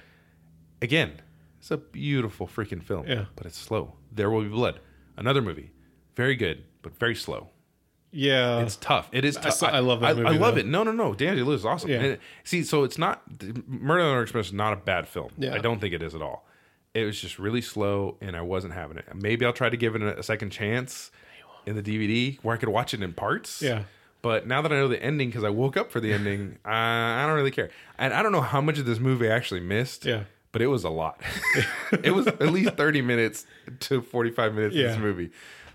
[SPEAKER 2] again it's a beautiful freaking film
[SPEAKER 1] Yeah.
[SPEAKER 2] but it's slow there will be blood another movie very good but very slow
[SPEAKER 1] Yeah.
[SPEAKER 2] it's tough it is tough
[SPEAKER 1] saw- Uh, I love that
[SPEAKER 2] I,
[SPEAKER 1] movie,
[SPEAKER 2] love
[SPEAKER 1] though.
[SPEAKER 2] it no no no danny lewis is awesome
[SPEAKER 1] Yeah.
[SPEAKER 2] And it- see so it's not murder on the Orient express is not a bad film
[SPEAKER 1] Yeah.
[SPEAKER 2] i don't think it is at all it was just really slow and i wasn't having it maybe i'll try to give it a, a second chance in the dvd where i could watch it in parts
[SPEAKER 1] yeah.
[SPEAKER 2] But now that I know the ending, because I woke up for the ending, uh, I don't really care. And I don't know how much of this movie I actually missed.
[SPEAKER 1] Yeah.
[SPEAKER 2] But it was a lot. it was at least 30 minutes to 45 minutes of this
[SPEAKER 1] Yeah.
[SPEAKER 2] movie.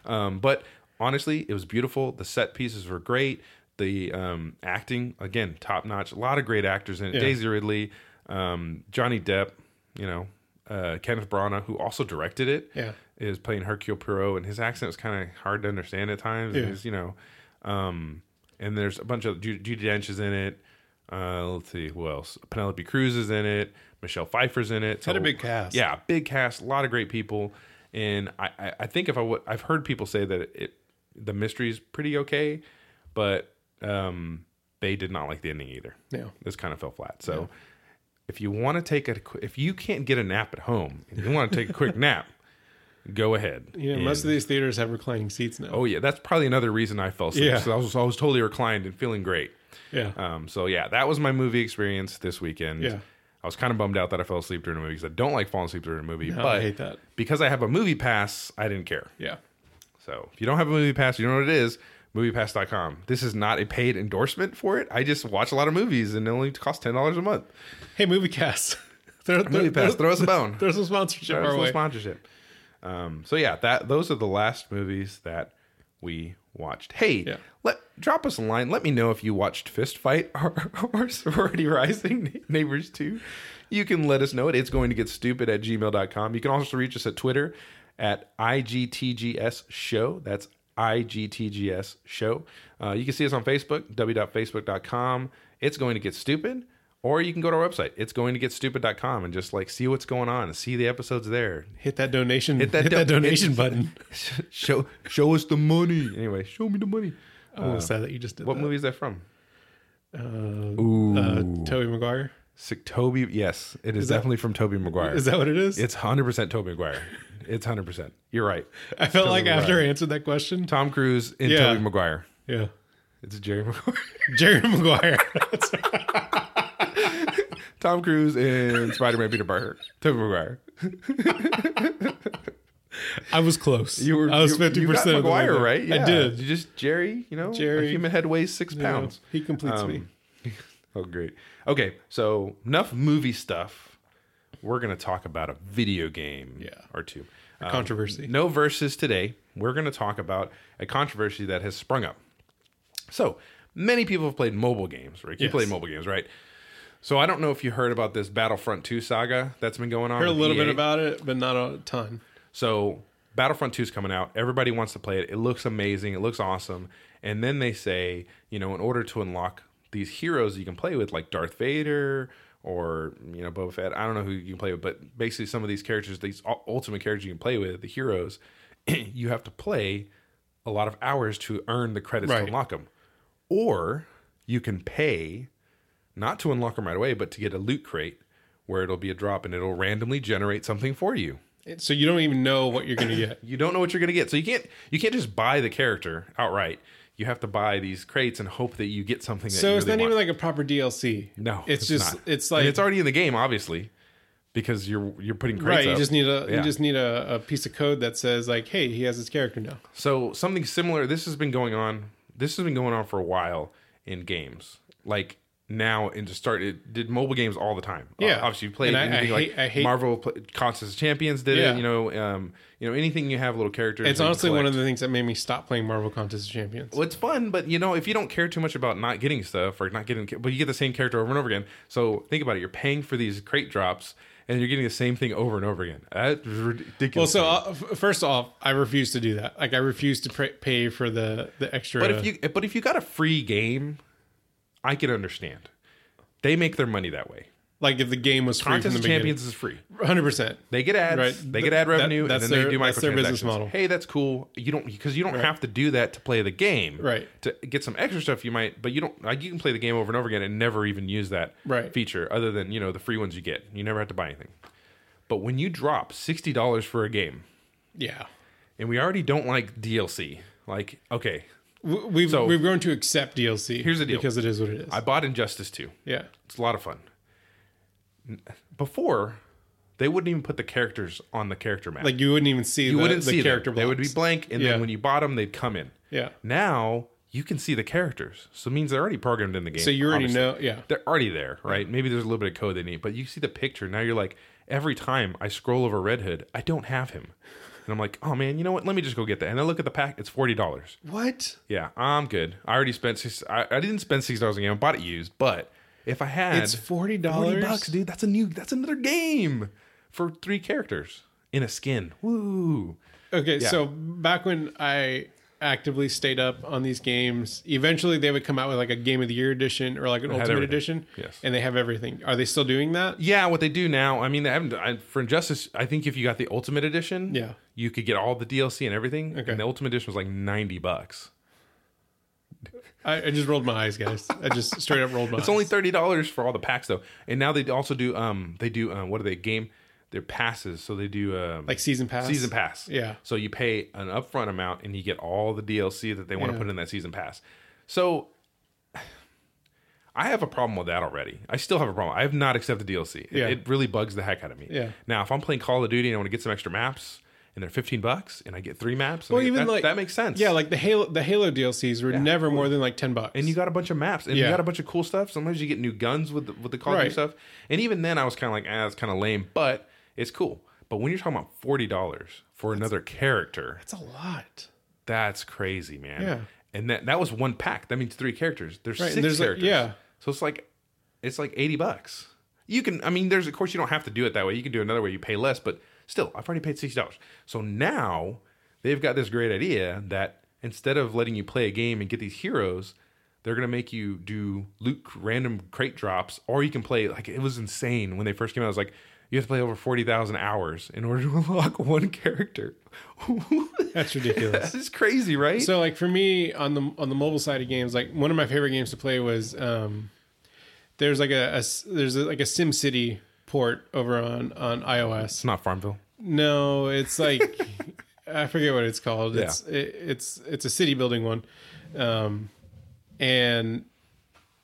[SPEAKER 2] Um, but honestly, it was beautiful. The set pieces were great. The um, acting, again, top notch. A lot of great actors in it. Daisy Ridley, um, Johnny Depp, you know, uh, Kenneth Branagh, who also directed it
[SPEAKER 1] Yeah.
[SPEAKER 2] is playing Hercule Poirot, and his accent was kind of hard to understand at times.
[SPEAKER 1] Yeah.
[SPEAKER 2] He's, you know, um, and there's a bunch of Ju- Judy Dench is in it. Uh, let's see who else. Penelope Cruz is in it. Michelle Pfeiffer's in it.
[SPEAKER 1] Had a
[SPEAKER 2] So-
[SPEAKER 1] big cast.
[SPEAKER 2] Yeah, big cast. A lot of great people, and I, I, I think if I would, I've heard people say that it, the mystery's pretty okay, but um, they did not like the ending either.
[SPEAKER 1] Yeah.
[SPEAKER 2] this kind of fell flat. So. If you want to take a, qu- if you can't get a nap at home, and you want to take a quick nap, go ahead.
[SPEAKER 1] You know,
[SPEAKER 2] And-
[SPEAKER 1] most of these theaters have reclining seats now.
[SPEAKER 2] oh yeah, that's probably another reason I fell asleep.
[SPEAKER 1] Yeah.
[SPEAKER 2] So I was, I was totally reclined and feeling great.
[SPEAKER 1] yeah.
[SPEAKER 2] Um, so yeah, that was my movie experience this weekend.
[SPEAKER 1] Yeah.
[SPEAKER 2] I was kind of bummed out that I fell asleep during a movie because I don't like falling asleep during a movie.
[SPEAKER 1] No,
[SPEAKER 2] but
[SPEAKER 1] I hate that.
[SPEAKER 2] because I have a movie pass, I didn't care.
[SPEAKER 1] Yeah.
[SPEAKER 2] So if you don't have a movie pass, you know what it is. MoviePass.com. This is not a paid endorsement for it. I just watch a lot of movies and it only costs ten dollars a month.
[SPEAKER 1] Hey, MovieCast. throw, throw,
[SPEAKER 2] MoviePass,
[SPEAKER 1] throw,
[SPEAKER 2] throw us a bone.
[SPEAKER 1] throw some sponsorship
[SPEAKER 2] That was
[SPEAKER 1] our
[SPEAKER 2] no
[SPEAKER 1] way.
[SPEAKER 2] sponsorship. Um, so yeah, that those are the last movies that we watched. Hey,
[SPEAKER 1] Yeah.
[SPEAKER 2] let drop us a line. Let me know if you watched Fist Fight or, or Sorority Rising Neighbors 2. You can let us know it. It's going to get stupid at gmail.com. You can also reach us at Twitter at IGTGS show. That's IGTGS show. Uh, you can see us on Facebook, w.facebook.com. It's going to get stupid or you can go to our website it's going to get stupid.com and just like see what's going on and see the episodes there
[SPEAKER 1] Hit that donation. Hit
[SPEAKER 2] that
[SPEAKER 1] that,
[SPEAKER 2] do-
[SPEAKER 1] donation button.
[SPEAKER 2] show show us the money anyway show me the money
[SPEAKER 1] I'm a little sad that you just did
[SPEAKER 2] what
[SPEAKER 1] that.
[SPEAKER 2] movie is that from
[SPEAKER 1] Ooh. Uh, Toby Maguire.
[SPEAKER 2] Sick toby yes it is,
[SPEAKER 1] that-
[SPEAKER 2] definitely from toby mcguire
[SPEAKER 1] Is that what it is?
[SPEAKER 2] it's 100% toby mcguire it's 100% you're right
[SPEAKER 1] I felt like
[SPEAKER 2] Maguire.
[SPEAKER 1] after I answered that question.
[SPEAKER 2] tom cruise and
[SPEAKER 1] Yeah.
[SPEAKER 2] toby mcguire
[SPEAKER 1] Yeah.
[SPEAKER 2] it's jerry mcguire
[SPEAKER 1] Jerry Maguire.
[SPEAKER 2] tom cruise and spider-man peter parker toby mcguire
[SPEAKER 1] I was close.
[SPEAKER 2] you were
[SPEAKER 1] I was
[SPEAKER 2] you-
[SPEAKER 1] fifty
[SPEAKER 2] you got
[SPEAKER 1] percent.
[SPEAKER 2] mcguire right
[SPEAKER 1] I did.
[SPEAKER 2] you just jerry you know
[SPEAKER 1] Jerry.
[SPEAKER 2] a human head weighs six pounds
[SPEAKER 1] He completes me.
[SPEAKER 2] Um, Oh, great. Okay, so enough movie stuff. We're going to talk about a video game
[SPEAKER 1] Yeah.
[SPEAKER 2] or two.
[SPEAKER 1] A controversy.
[SPEAKER 2] No verses today. We're going to talk about a controversy that has sprung up. So, many people have played mobile games, right? You
[SPEAKER 1] Yes.
[SPEAKER 2] play mobile games, right? So, I don't know if you heard about this Battlefront 2 saga that's been going on. E
[SPEAKER 1] Heard a
[SPEAKER 2] with
[SPEAKER 1] little bit
[SPEAKER 2] EA.
[SPEAKER 1] about it, but not a ton.
[SPEAKER 2] So Battlefront 2 is coming out. Everybody wants to play it. It looks amazing. It looks awesome. And then they say, you know, in order to unlock these heroes you can play with, like Darth Vader or, you know, Boba Fett, I don't know who you can play with, but basically some of these characters, these ul- ultimate characters you can play with, the heroes, you have to play a lot of hours to earn the credits to
[SPEAKER 1] Right.
[SPEAKER 2] unlock them. Or you can pay not to unlock them right away, but to get a loot crate where it'll be a drop and it'll randomly generate something for you
[SPEAKER 1] So you don't even know what you're going to get.
[SPEAKER 2] you don't know what you're going to get. So you can't you can't just buy the character outright. You have to buy these crates and hope that you get something. That
[SPEAKER 1] So
[SPEAKER 2] you
[SPEAKER 1] it's
[SPEAKER 2] really
[SPEAKER 1] not even
[SPEAKER 2] want.
[SPEAKER 1] like a proper DLC.
[SPEAKER 2] no.
[SPEAKER 1] it's, just
[SPEAKER 2] not.
[SPEAKER 1] it's
[SPEAKER 2] And
[SPEAKER 1] like
[SPEAKER 2] it's already in the game, obviously, because you're you're putting crates.
[SPEAKER 1] right. You
[SPEAKER 2] up.
[SPEAKER 1] just need a
[SPEAKER 2] Yeah.
[SPEAKER 1] you just need a, a piece of code that says like, hey, he has his character now.
[SPEAKER 2] So something similar. This has been going on. This has been going on for a while in games. Like now, and just start it did mobile games all the time.
[SPEAKER 1] Yeah.
[SPEAKER 2] obviously you played
[SPEAKER 1] And I- I
[SPEAKER 2] anything like
[SPEAKER 1] hate- I hate-
[SPEAKER 2] Marvel pl- Contest of Champions did
[SPEAKER 1] Yeah.
[SPEAKER 2] it. You know, um, you know anything you have little characters.
[SPEAKER 1] It's
[SPEAKER 2] that you
[SPEAKER 1] honestly one
[SPEAKER 2] collect.
[SPEAKER 1] of the things that made me stop playing Marvel Contest of Champions.
[SPEAKER 2] Well, it's fun, but you know, if you don't care too much about not getting stuff or not getting, but you get the same character over and over again. So think about it: you're paying for these crate drops, and you're getting the same thing over and over again. That's
[SPEAKER 1] Well,
[SPEAKER 2] ridiculous.
[SPEAKER 1] so uh, f- first off, I refuse to do that. Like I refuse to pay, pay for the the extra.
[SPEAKER 2] but if you but if you got a free game, I can understand. They make their money that way.
[SPEAKER 1] like if the game was free from
[SPEAKER 2] Contest
[SPEAKER 1] the
[SPEAKER 2] of
[SPEAKER 1] beginning,
[SPEAKER 2] Champions is free.
[SPEAKER 1] hundred percent.
[SPEAKER 2] They get ads.
[SPEAKER 1] Right.
[SPEAKER 2] They get ad
[SPEAKER 1] That-
[SPEAKER 2] revenue,
[SPEAKER 1] that's
[SPEAKER 2] and then
[SPEAKER 1] their-
[SPEAKER 2] they do
[SPEAKER 1] that's their
[SPEAKER 2] microtransactions.
[SPEAKER 1] business model.
[SPEAKER 2] Hey, that's cool. You don't because you don't have to do that to play the game.
[SPEAKER 1] Right.
[SPEAKER 2] To get some extra stuff, you might, but you don't like you can play the game over and over again and never even use that
[SPEAKER 1] Right.
[SPEAKER 2] feature other than you know the free ones you get. You never have to buy anything. But when you drop sixty dollars for a game,
[SPEAKER 1] Yeah,
[SPEAKER 2] and we already don't like DLC, like okay,
[SPEAKER 1] W- we've
[SPEAKER 2] So-
[SPEAKER 1] we've grown to accept DLC.
[SPEAKER 2] Here's the deal.
[SPEAKER 1] because it is what it is.
[SPEAKER 2] I bought Injustice two.
[SPEAKER 1] yeah,
[SPEAKER 2] It's a lot of fun. N- Before, they wouldn't even put the characters on the character map.
[SPEAKER 1] like you wouldn't even see
[SPEAKER 2] you
[SPEAKER 1] the,
[SPEAKER 2] wouldn't
[SPEAKER 1] the
[SPEAKER 2] see
[SPEAKER 1] character.
[SPEAKER 2] them. They would be
[SPEAKER 1] blocks.
[SPEAKER 2] blank, and
[SPEAKER 1] Yeah.
[SPEAKER 2] then when you bought them, they'd come in.
[SPEAKER 1] yeah.
[SPEAKER 2] Now you can see the characters. So it means they're already programmed in the game.
[SPEAKER 1] So you already
[SPEAKER 2] obviously.
[SPEAKER 1] know, yeah.
[SPEAKER 2] They're already there, right? Maybe there's a little bit of code they need, but you see the picture. Now you're like, every time I scroll over Red Hood, I don't have him. And I'm like, oh man, you know what? Let me just go get that. And I look at the pack, it's $40.
[SPEAKER 1] What?
[SPEAKER 2] Yeah, I'm good. I already spent six. I, I didn't spend six dollars a game. I bought it used, but if I had
[SPEAKER 1] It's forty
[SPEAKER 2] forty
[SPEAKER 1] dollars.
[SPEAKER 2] bucks, dude, that's a new. That's another game for three characters in a skin. Woo!
[SPEAKER 1] Okay, so back when I actively stayed up on these games, eventually they would come out with like a game of the year edition or like an ultimate
[SPEAKER 2] everything.
[SPEAKER 1] edition.
[SPEAKER 2] Yes.
[SPEAKER 1] And they have everything. Are they still doing that?
[SPEAKER 2] Yeah, what they do now. I mean, they haven't. I, for Injustice, I think if you got the Ultimate Edition,
[SPEAKER 1] Yeah.
[SPEAKER 2] you could get all the DLC and everything.
[SPEAKER 1] Okay.
[SPEAKER 2] And the Ultimate Edition was like ninety bucks.
[SPEAKER 1] I, I just rolled my eyes, guys. I just straight up rolled my
[SPEAKER 2] It's
[SPEAKER 1] eyes.
[SPEAKER 2] only thirty dollars for all the packs though, and now they also do um they do um, what are they game their passes so they do um,
[SPEAKER 1] Like season pass?
[SPEAKER 2] season pass
[SPEAKER 1] Yeah.
[SPEAKER 2] so you pay an upfront amount and you get all the DLC that they want to
[SPEAKER 1] Yeah.
[SPEAKER 2] put in that season pass so I have a problem with that already I still have a problem I have not accepted DLC it,
[SPEAKER 1] Yeah.
[SPEAKER 2] it really bugs the heck out of me
[SPEAKER 1] Yeah.
[SPEAKER 2] now if I'm playing Call of Duty and I want to get some extra maps and they're fifteen bucks and I get three maps and I
[SPEAKER 1] Well,
[SPEAKER 2] get-
[SPEAKER 1] even
[SPEAKER 2] that,
[SPEAKER 1] like-
[SPEAKER 2] that makes sense
[SPEAKER 1] Yeah, like the Halo the Halo DLCs were never more than like ten bucks.
[SPEAKER 2] and you got a bunch of maps and you
[SPEAKER 1] Yeah.
[SPEAKER 2] got a bunch of cool stuff. Sometimes you get new guns with the, with the Call of Duty
[SPEAKER 1] Right.
[SPEAKER 2] stuff. And even then, I was kind of like, ah, it's kind of lame, but it's cool. But when you're talking about forty dollars for another character,
[SPEAKER 1] That's a lot.
[SPEAKER 2] that's crazy, man.
[SPEAKER 1] Yeah.
[SPEAKER 2] And that that was one pack. That means three characters. There's
[SPEAKER 1] Right, and
[SPEAKER 2] six
[SPEAKER 1] there's, like-
[SPEAKER 2] characters.
[SPEAKER 1] yeah.
[SPEAKER 2] So it's like it's like eighty bucks. You can I mean there's of course you don't have to do it that way. You can do it another way, you pay less, but still, I've already paid sixty dollars. So now they've got this great idea that instead of letting you play a game and get these heroes, they're gonna make you do loot random crate drops, or you can play like it was insane when they first came out. It was like you have to play over forty thousand hours in order to unlock one character.
[SPEAKER 1] That's ridiculous.
[SPEAKER 2] This is crazy, right?
[SPEAKER 1] So like for me on the on the mobile side of games, like one of my favorite games to play was um, there's like a, a s- there's a, like a Sim City port over on on iOS.
[SPEAKER 2] it's not Farmville.
[SPEAKER 1] No, it's like I forget what it's called. It's it, it's it's a city building one, um, and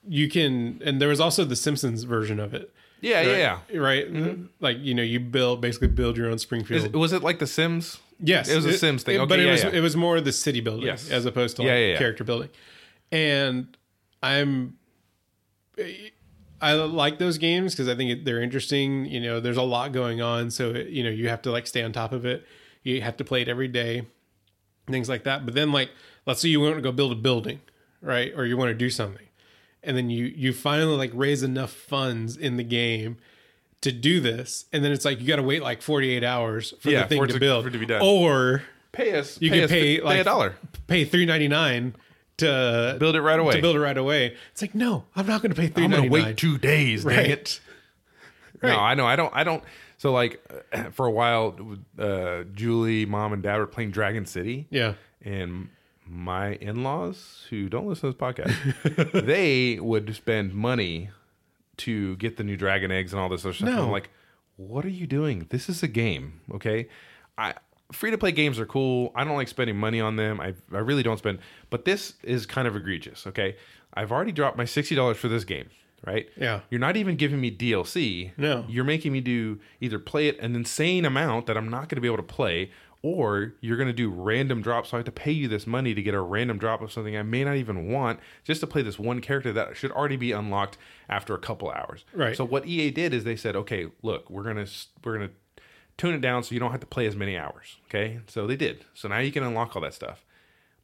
[SPEAKER 1] you can and there was also the Simpsons version of it.
[SPEAKER 2] Yeah, yeah, yeah. Mm-hmm.
[SPEAKER 1] right. Like you know, you build basically build your own Springfield.
[SPEAKER 2] Is- was it like The Sims?
[SPEAKER 1] Yes,
[SPEAKER 2] it was a Sims thing.
[SPEAKER 1] it-
[SPEAKER 2] okay,
[SPEAKER 1] but it
[SPEAKER 2] yeah,
[SPEAKER 1] was
[SPEAKER 2] yeah.
[SPEAKER 1] it was more the city building
[SPEAKER 2] Yes.
[SPEAKER 1] as opposed to like
[SPEAKER 2] Yeah, yeah, yeah.
[SPEAKER 1] character building. And I'm I like those games because I think they're interesting. You know, there's a lot going on, so it, you know you have to like stay on top of it. You have to play it every day, things like that. But then like let's say you want to go build a building, right? Or you want to do something, and then you you finally like raise enough funds in the game to do this, and then it's like you got to wait like 48 hours for
[SPEAKER 2] Yeah,
[SPEAKER 1] the thing
[SPEAKER 2] for it
[SPEAKER 1] to,
[SPEAKER 2] to-
[SPEAKER 1] build
[SPEAKER 2] for it to be done.
[SPEAKER 1] or
[SPEAKER 2] pay us.
[SPEAKER 1] you
[SPEAKER 2] pay
[SPEAKER 1] can
[SPEAKER 2] us,
[SPEAKER 1] pay,
[SPEAKER 2] pay
[SPEAKER 1] like-
[SPEAKER 2] a dollar.
[SPEAKER 1] pay 3.99 to
[SPEAKER 2] Build it right away.
[SPEAKER 1] to build it right away. It's like no, I'm not going to pay 3.99.
[SPEAKER 2] I'm gonna wait two days. Dang it.
[SPEAKER 1] right.
[SPEAKER 2] No, I know. I don't. I don't. So like, for a while, uh, Julie, mom, and dad were playing Dragon City.
[SPEAKER 1] Yeah.
[SPEAKER 2] and my in-laws who don't listen to this podcast they would spend money to get the new dragon eggs and all this other stuff And i'm
[SPEAKER 1] No.
[SPEAKER 2] like what are you doing this is a game okay i free to play games are cool i don't like spending money on them I, I really don't spend but this is kind of egregious okay i've already dropped my $60 for this game right
[SPEAKER 1] Yeah.
[SPEAKER 2] you're not even giving me DLC.
[SPEAKER 1] No.
[SPEAKER 2] You're making me do either play it an insane amount that I'm not going to be able to play, or you're going to do random drops. So I have to pay you this money to get a random drop of something I may not even want just to play this one character that should already be unlocked after a couple hours.
[SPEAKER 1] Right.
[SPEAKER 2] So what EA did is they said, okay, look, we're gonna s- we're gonna tune it down so you don't have to play as many hours. Okay. So they did. So now you can unlock all that stuff.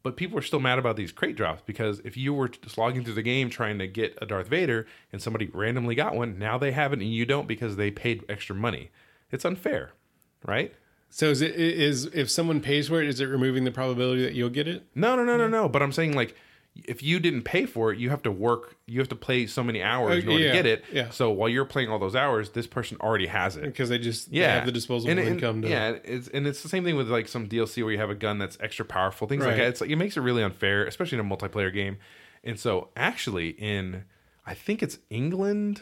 [SPEAKER 2] But people are still mad about these crate drops because if you were just logging through the game trying to get a Darth Vader and somebody randomly got one, now they have it and you don't because they paid extra money. It's unfair, right?
[SPEAKER 1] So is it is if someone pays for it, is it removing the probability that you'll get it?
[SPEAKER 2] No, no, no, no, no. But I'm saying like if you didn't pay for it, you have to work. You have to play so many hours in
[SPEAKER 1] Uh,
[SPEAKER 2] order
[SPEAKER 1] yeah,
[SPEAKER 2] to get it.
[SPEAKER 1] yeah.
[SPEAKER 2] So while you're playing all those hours, this person already has it.
[SPEAKER 1] Because they just they
[SPEAKER 2] yeah
[SPEAKER 1] have the disposable
[SPEAKER 2] And- and-
[SPEAKER 1] income. To,
[SPEAKER 2] yeah it's and it's the same thing with like some dlc where you have a gun that's extra powerful things like
[SPEAKER 1] Right.
[SPEAKER 2] that it's like it makes it really unfair especially in a multiplayer game and so actually in i think it's england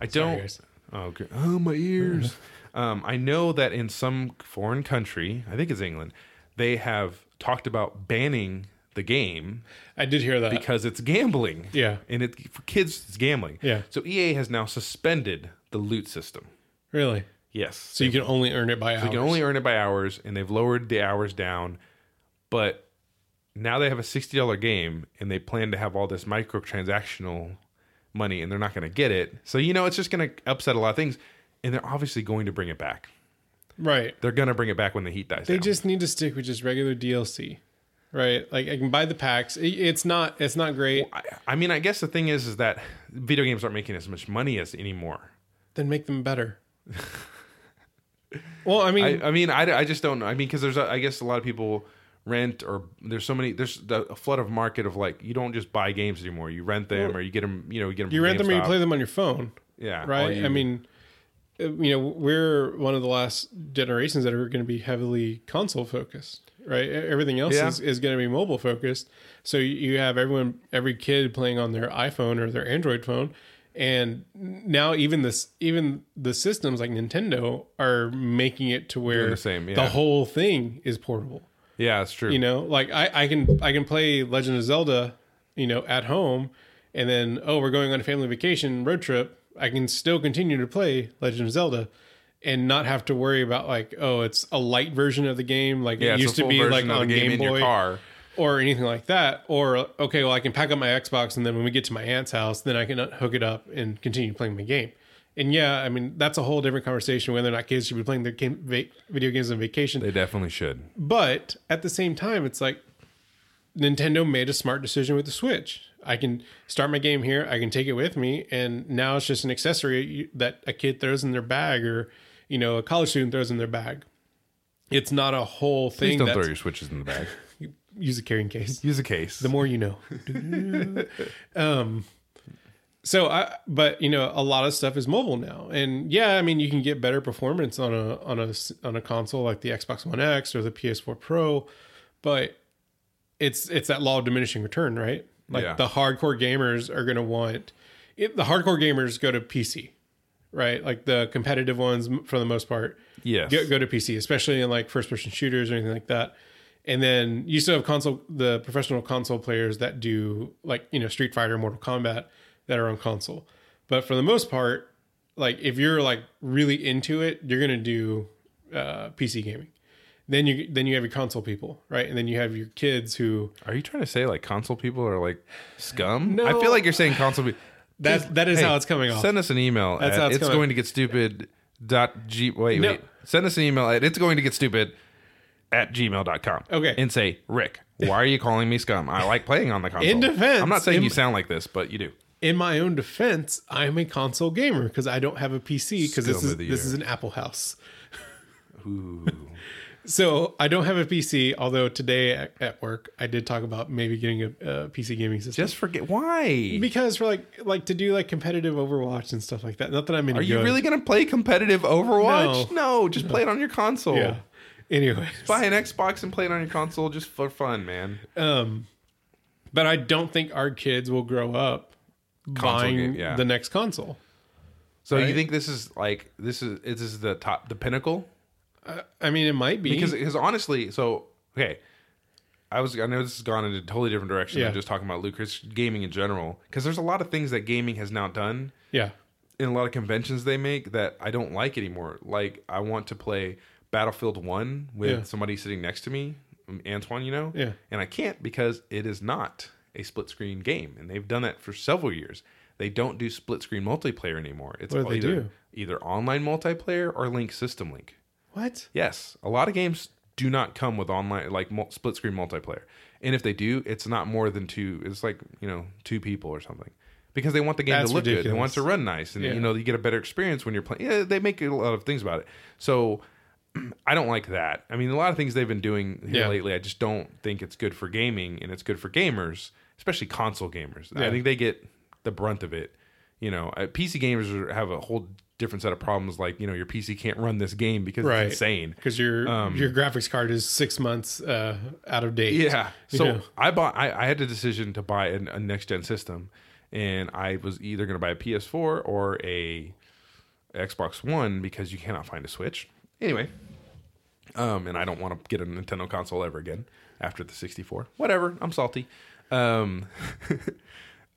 [SPEAKER 2] i don't
[SPEAKER 1] guys.
[SPEAKER 2] oh, good. oh my ears um, i know that in some foreign country i think it's england they have talked about banning the game
[SPEAKER 1] I did hear that.
[SPEAKER 2] because it's gambling
[SPEAKER 1] Yeah.
[SPEAKER 2] and it for kids it's gambling
[SPEAKER 1] Yeah.
[SPEAKER 2] so ea has now suspended the loot system
[SPEAKER 1] really.
[SPEAKER 2] yes
[SPEAKER 1] So you can only earn it by hours.
[SPEAKER 2] you can only earn it by hours, and they've lowered the hours down. But now they have a sixty dollar game and they plan to have all this microtransactional money and they're not going to get it. So you know it's just going to upset a lot of things, and they're obviously going to bring it back.
[SPEAKER 1] Right.
[SPEAKER 2] They're going to bring it back when the heat dies.
[SPEAKER 1] They
[SPEAKER 2] down.
[SPEAKER 1] just need to stick with just regular DLC, right? Like I can buy the packs. It- it's not it's not great.
[SPEAKER 2] I, I mean, I guess the thing is, is that video games aren't making as much money as anymore.
[SPEAKER 1] Then make them better. well, I mean,
[SPEAKER 2] I, I mean, I, I just don't know. I mean, because there's, a, I guess, a lot of people rent or there's so many, there's the- a flood of market of like, you don't just buy games anymore. You rent them or you get them, you know, you get them.
[SPEAKER 1] you rent them or you play them on your phone,
[SPEAKER 2] Yeah. or
[SPEAKER 1] right?
[SPEAKER 2] you-
[SPEAKER 1] I mean, uh, you know, we're one of the last generations that are going to be heavily console focused, right? E- Everything else
[SPEAKER 2] Yeah.
[SPEAKER 1] is, is going to be mobile focused. So you- you have everyone, every kid playing on their iPhone or their Android phone. And now even this, even the systems like Nintendo are making it to where
[SPEAKER 2] the same, yeah.
[SPEAKER 1] the whole thing is portable
[SPEAKER 2] yeah, it's true.
[SPEAKER 1] you know like I, I can i can play legend of zelda you know at home and then oh we're going on a family vacation road trip i can still continue to play legend of zelda and not have to worry about like oh it's a light version of the game like it
[SPEAKER 2] yeah, it's a
[SPEAKER 1] used to
[SPEAKER 2] full
[SPEAKER 1] be
[SPEAKER 2] version
[SPEAKER 1] like
[SPEAKER 2] of the
[SPEAKER 1] on game,
[SPEAKER 2] in your
[SPEAKER 1] boy
[SPEAKER 2] car.
[SPEAKER 1] or anything like that or okay well i can pack up my xbox and then when we get to my aunt's house then i can hook it up and continue playing my game and yeah i mean that's a whole different conversation whether or not kids should be playing their game, va- video games on vacation
[SPEAKER 2] They definitely should.
[SPEAKER 1] but at the same time, it's like Nintendo made a smart decision with the Switch. I can start my game here, I can take it with me, and now it's just an accessory you- that a kid throws in their bag or, you know, a college student throws in their bag. It's not a whole
[SPEAKER 2] Please
[SPEAKER 1] thing
[SPEAKER 2] don't throw
[SPEAKER 1] that
[SPEAKER 2] your switches in the bag.
[SPEAKER 1] use a carrying case.
[SPEAKER 2] Use a case.
[SPEAKER 1] The more you know. um so I but you know a lot of stuff is mobile now. And yeah, I mean you can get better performance on a on a s- on a console like the Xbox One X or the PS4 Pro, but it's it's that law of diminishing return, right? Like
[SPEAKER 2] Yeah.
[SPEAKER 1] the hardcore gamers are going to want it, the hardcore gamers go to PC, right? Like the competitive ones m- for the most part
[SPEAKER 2] yes.
[SPEAKER 1] go, go to PC, especially in like first person shooters or anything like that. And then you still have console, the professional console players that do like, you know, Street Fighter, Mortal Kombat that are on console. But for the most part, like if you're like really into it, you're going to do uh, PC gaming. Then you then you have your console people, right? And then you have your kids who
[SPEAKER 2] Are you trying to say like console people are like scum?
[SPEAKER 1] No.
[SPEAKER 2] I feel like you're saying console people.
[SPEAKER 1] that that is
[SPEAKER 2] Hey,
[SPEAKER 1] how it's coming off.
[SPEAKER 2] Send us an email
[SPEAKER 1] That's
[SPEAKER 2] at
[SPEAKER 1] how it's
[SPEAKER 2] it's
[SPEAKER 1] coming.
[SPEAKER 2] going to get stupid dot g wait,
[SPEAKER 1] No.
[SPEAKER 2] wait. Send us an email at it's going to get stupid at gmail.com.
[SPEAKER 1] Okay.
[SPEAKER 2] And say, Rick, why are you calling me scum? I like playing on the console.
[SPEAKER 1] In defense,
[SPEAKER 2] I'm not saying
[SPEAKER 1] in-
[SPEAKER 2] you sound like this, but you do.
[SPEAKER 1] in my own defense, I'm a console gamer because I don't have a PC because this
[SPEAKER 2] Scum
[SPEAKER 1] is
[SPEAKER 2] of the
[SPEAKER 1] this
[SPEAKER 2] year.
[SPEAKER 1] is an Apple house.
[SPEAKER 2] Ooh.
[SPEAKER 1] So I don't have a PC, although today at, at work I did talk about maybe getting a, a PC gaming system.
[SPEAKER 2] Just forget why?
[SPEAKER 1] because for like like to do like competitive Overwatch and stuff like that. Not that I'm any
[SPEAKER 2] Are you
[SPEAKER 1] good.
[SPEAKER 2] really gonna play competitive Overwatch? No, just play it on your console.
[SPEAKER 1] Yeah. Anyway,
[SPEAKER 2] Buy an Xbox and play it on your console just for fun, man.
[SPEAKER 1] but I don't think our kids will grow up buying
[SPEAKER 2] game, yeah.
[SPEAKER 1] the next console.
[SPEAKER 2] So you
[SPEAKER 1] Right?
[SPEAKER 2] think this is like this is this is the top the pinnacle?
[SPEAKER 1] I mean, it might be
[SPEAKER 2] because because honestly, so okay, I was I know this has gone in a totally different direction
[SPEAKER 1] Yeah.
[SPEAKER 2] than just talking about Lucas gaming in general because there's a lot of things that gaming has now done
[SPEAKER 1] yeah,
[SPEAKER 2] and a lot of conventions they make that I don't like anymore. Like I want to play Battlefield One with
[SPEAKER 1] Yeah.
[SPEAKER 2] somebody sitting next to me, um, Antoine, you know,
[SPEAKER 1] Yeah.
[SPEAKER 2] and I can't because it is not a split screen game, and they've done that for several years. They don't do split screen multiplayer anymore. It's
[SPEAKER 1] What do they
[SPEAKER 2] either,
[SPEAKER 1] do?
[SPEAKER 2] either online multiplayer or link system link.
[SPEAKER 1] what?
[SPEAKER 2] Yes, a lot of games do not come with online like mul- split screen multiplayer, and if they do, it's not more than two. It's like you know two people or something because they want the game
[SPEAKER 1] That's
[SPEAKER 2] to look good. They want
[SPEAKER 1] ridiculous.
[SPEAKER 2] it to run nice, and
[SPEAKER 1] Yeah.
[SPEAKER 2] you know you get a better experience when you're playing. Yeah, they make a lot of things about it. So. I don't like that. I mean, a lot of things they've been doing here
[SPEAKER 1] Yeah.
[SPEAKER 2] lately. I just don't think it's good for gaming, and it's good for gamers, especially console gamers.
[SPEAKER 1] Yeah.
[SPEAKER 2] I think they get the brunt of it. You know, uh, PC gamers are, have a whole different set of problems. Like, you know, your PC can't run this game because
[SPEAKER 1] Right.
[SPEAKER 2] it's insane.
[SPEAKER 1] Because your
[SPEAKER 2] Um,
[SPEAKER 1] your graphics card is six months uh, out of date.
[SPEAKER 2] Yeah. So
[SPEAKER 1] Yeah.
[SPEAKER 2] I bought. I, I had the decision to buy an, a next gen system, and I was either going to buy a PS4 or a Xbox One because you cannot find a Switch. Anyway, um, and I don't want to get a Nintendo console ever again after the 64. Whatever. I'm salty. Um,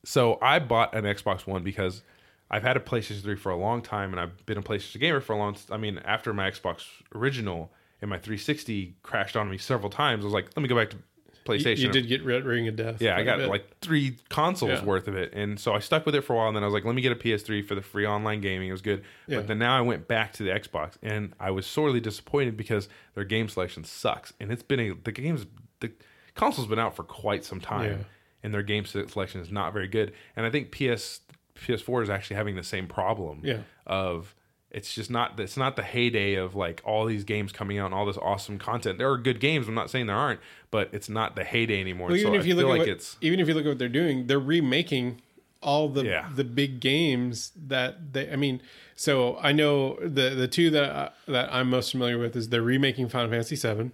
[SPEAKER 2] so I bought an Xbox One because I've had a PlayStation 3 for a long time, and I've been a PlayStation gamer for a long. I mean, after my Xbox original and my 360 crashed on me several times, I was like, let me go back to PlayStation.
[SPEAKER 1] You did get Red Ring of Death.
[SPEAKER 2] Yeah, I
[SPEAKER 1] quite a
[SPEAKER 2] got
[SPEAKER 1] bit.
[SPEAKER 2] like three consoles
[SPEAKER 1] Yeah.
[SPEAKER 2] worth of it. And so I stuck with it for a while. And then I was like, let me get a PS3 for the free online gaming. It was good.
[SPEAKER 1] Yeah.
[SPEAKER 2] But then now I went back to the Xbox and I was sorely disappointed because their game selection sucks. And it's been a, the game's, the console's been out for quite some time.
[SPEAKER 1] Yeah.
[SPEAKER 2] And their game selection is not very good. And I think PS, PS4 is actually having the same problem
[SPEAKER 1] Yeah.
[SPEAKER 2] of it's just not it's not the heyday of like all these games coming out and all this awesome content. There are good games. I'm not saying there aren't, but it's not the heyday anymore.
[SPEAKER 1] Well,
[SPEAKER 2] so
[SPEAKER 1] even
[SPEAKER 2] I
[SPEAKER 1] if you
[SPEAKER 2] feel
[SPEAKER 1] look at what,
[SPEAKER 2] like it's
[SPEAKER 1] even if you look at what they're doing, they're remaking all the
[SPEAKER 2] Yeah.
[SPEAKER 1] the big games that they. I mean, so I know the the two that I, that I'm most familiar with is they're remaking Final Fantasy VII,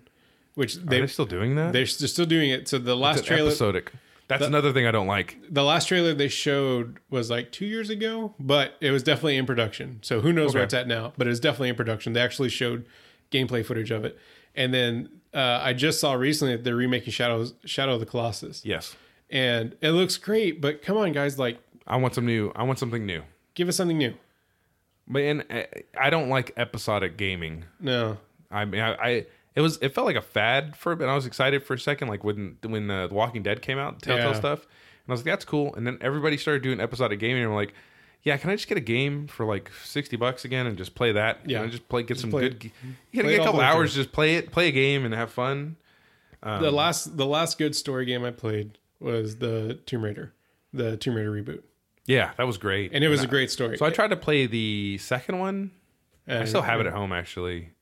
[SPEAKER 1] which
[SPEAKER 2] Are
[SPEAKER 1] they
[SPEAKER 2] they still doing that?
[SPEAKER 1] they're, s- they're still doing it. So the last
[SPEAKER 2] It's
[SPEAKER 1] trailer,
[SPEAKER 2] episodic. That's another thing I don't like.
[SPEAKER 1] the last trailer they showed was like two years ago, but it was definitely in production. So who knows where
[SPEAKER 2] Okay.
[SPEAKER 1] it's at now? But it was definitely in production. They actually showed gameplay footage of it, and then uh, I just saw recently that they're remaking Shadows Shadow of the Colossus.
[SPEAKER 2] Yes,
[SPEAKER 1] and it looks great. But come on, guys, like
[SPEAKER 2] I want some new. I want something new.
[SPEAKER 1] give us something new.
[SPEAKER 2] But and I, I don't like episodic gaming.
[SPEAKER 1] No,
[SPEAKER 2] I mean, I, I it was it felt like a fad for a bit. I was excited for a second, like when when uh, The Walking Dead came out, Telltale
[SPEAKER 1] Yeah.
[SPEAKER 2] stuff, and I was like, that's cool. And then everybody started doing episodic gaming, and I'm like. Yeah, can I just get a game for like sixty bucks again and just play that?
[SPEAKER 1] Yeah.
[SPEAKER 2] and just play, get some
[SPEAKER 1] play
[SPEAKER 2] good.
[SPEAKER 1] it.
[SPEAKER 2] g- You gotta
[SPEAKER 1] Play it
[SPEAKER 2] get a
[SPEAKER 1] all
[SPEAKER 2] couple
[SPEAKER 1] the way
[SPEAKER 2] hours, just play it, play a game, and have fun. Um,
[SPEAKER 1] the last the last good story game I played was the Tomb Raider, the Tomb Raider reboot,
[SPEAKER 2] Yeah, that was great,
[SPEAKER 1] and it was
[SPEAKER 2] a
[SPEAKER 1] a great story.
[SPEAKER 2] So I tried to play the second one. I
[SPEAKER 1] And-
[SPEAKER 2] still have it at home actually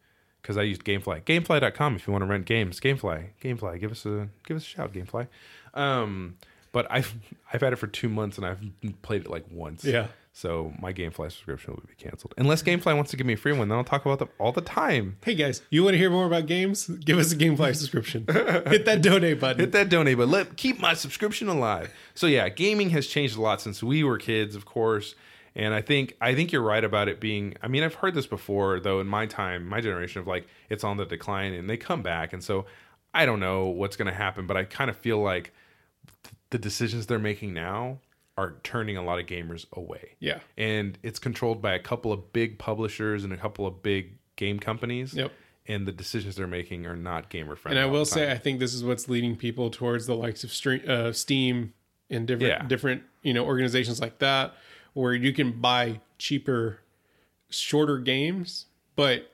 [SPEAKER 2] because I used Gamefly. Gamefly.com if you want to rent games. Gamefly, Gamefly, give us a give us a shout, Gamefly. Um, but I've I've had it for two months and I've played it like once.
[SPEAKER 1] Yeah.
[SPEAKER 2] So my Gamefly subscription will be canceled unless Gamefly wants to give me a free one. Then I'll talk about them all the time.
[SPEAKER 1] Hey guys, you want to hear more about games? Give us a GameFly subscription. Hit that donate button.
[SPEAKER 2] Hit that donate, but let keep my subscription alive. So yeah, gaming has changed a lot since we were kids, of course. And I think I think you're right about it being. I mean, I've heard this before, though. In my time, my generation of like it's on the decline, and they come back. And so I don't know what's going to happen, but I kind of feel like th- the decisions they're making now are turning a lot of gamers away.
[SPEAKER 1] Yeah.
[SPEAKER 2] and it's controlled by a couple of big publishers and a couple of big game companies.
[SPEAKER 1] Yep.
[SPEAKER 2] And the decisions they're making are not gamer friendly.
[SPEAKER 1] And I will say, I think this is what's leading people towards the likes of stream, uh, Steam and different
[SPEAKER 2] Yeah.
[SPEAKER 1] different you know organizations like that, where you can buy cheaper, shorter games, but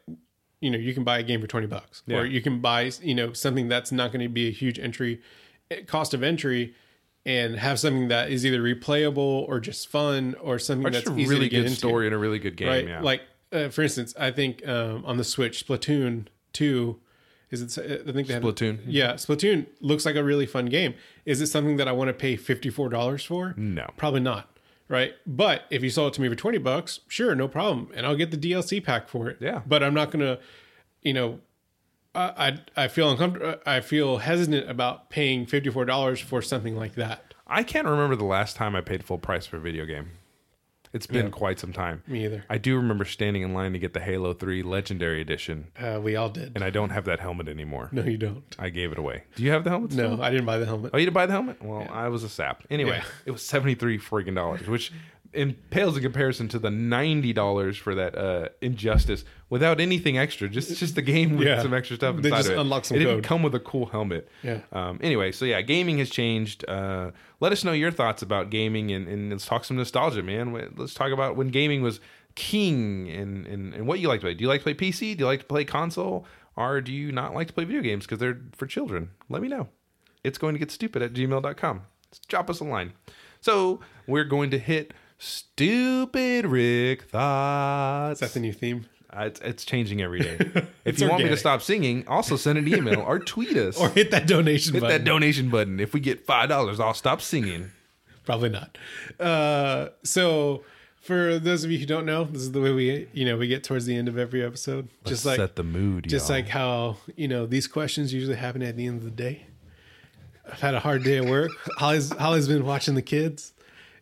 [SPEAKER 1] you know you can buy a game for twenty bucks, or
[SPEAKER 2] Yeah.
[SPEAKER 1] you can buy you know something that's not going to be a huge entry eh, cost of entry. And have something that is either replayable or just fun or something
[SPEAKER 2] It's
[SPEAKER 1] that's
[SPEAKER 2] a
[SPEAKER 1] easy
[SPEAKER 2] really
[SPEAKER 1] to get
[SPEAKER 2] good
[SPEAKER 1] into.
[SPEAKER 2] story and a really good game.
[SPEAKER 1] right?
[SPEAKER 2] Yeah.
[SPEAKER 1] Like uh, for instance, I think um, on the Switch, Splatoon two is it? I think they have
[SPEAKER 2] Splatoon.
[SPEAKER 1] Yeah, Splatoon looks like a really fun game. Is it something that I want to pay fifty four dollars for?
[SPEAKER 2] No.
[SPEAKER 1] probably not. Right, but if you sold it to me for twenty bucks, sure, no problem, and I'll get the DLC pack for it.
[SPEAKER 2] Yeah.
[SPEAKER 1] but I'm not gonna, you know. I, I I feel uncomfortable. I feel hesitant about paying fifty four dollars for something like that.
[SPEAKER 2] I can't remember the last time I paid full price for a video game. It's been quite some time.
[SPEAKER 1] Me either.
[SPEAKER 2] I do remember standing in line to get the Halo 3 Legendary Edition,
[SPEAKER 1] Uh, we all did.
[SPEAKER 2] and I don't have that helmet anymore.
[SPEAKER 1] No, you don't.
[SPEAKER 2] I gave it away. Do you have the helmet?
[SPEAKER 1] No, I didn't buy the helmet.
[SPEAKER 2] Oh, you did buy the helmet? Well, I was a sap. Anyway,
[SPEAKER 1] Yeah.
[SPEAKER 2] it was seventy three freaking dollars, which in pales in comparison to the ninety dollars for that uh, injustice without anything extra, just just the game with
[SPEAKER 1] Yeah.
[SPEAKER 2] some extra stuff
[SPEAKER 1] They
[SPEAKER 2] inside
[SPEAKER 1] just
[SPEAKER 2] of it.
[SPEAKER 1] unlock some
[SPEAKER 2] it didn't
[SPEAKER 1] code.
[SPEAKER 2] come with a cool helmet.
[SPEAKER 1] Yeah.
[SPEAKER 2] Um, anyway, so yeah, gaming has changed. Uh, let us know your thoughts about gaming, and, and let's talk some nostalgia, man. Wh- Let's talk about when gaming was king, and, and and what you like to play. Do you like to play PC? Do you like to play console? Or do you not like to play video games because they're for children? Let me know it's going to get stupid at gmail.com. Just drop us a line. So we're going to hit stupid Rick thoughts.
[SPEAKER 1] That's the new theme.
[SPEAKER 2] Uh, it's, it's changing every day. if
[SPEAKER 1] It's
[SPEAKER 2] you want me to
[SPEAKER 1] organic.
[SPEAKER 2] stop singing, also send an email or tweet us.
[SPEAKER 1] or hit that donation
[SPEAKER 2] hit
[SPEAKER 1] button.
[SPEAKER 2] that donation button. If we get five dollars, I'll stop singing.
[SPEAKER 1] Probably not. Uh, so, for those of you who don't know, this is the way we you know we get towards the end of every episode. just like
[SPEAKER 2] set the mood.
[SPEAKER 1] just
[SPEAKER 2] y'all.
[SPEAKER 1] like how you know these questions usually happen at the end of the day. I've had a hard day at work. Holly's Holly's been watching the kids,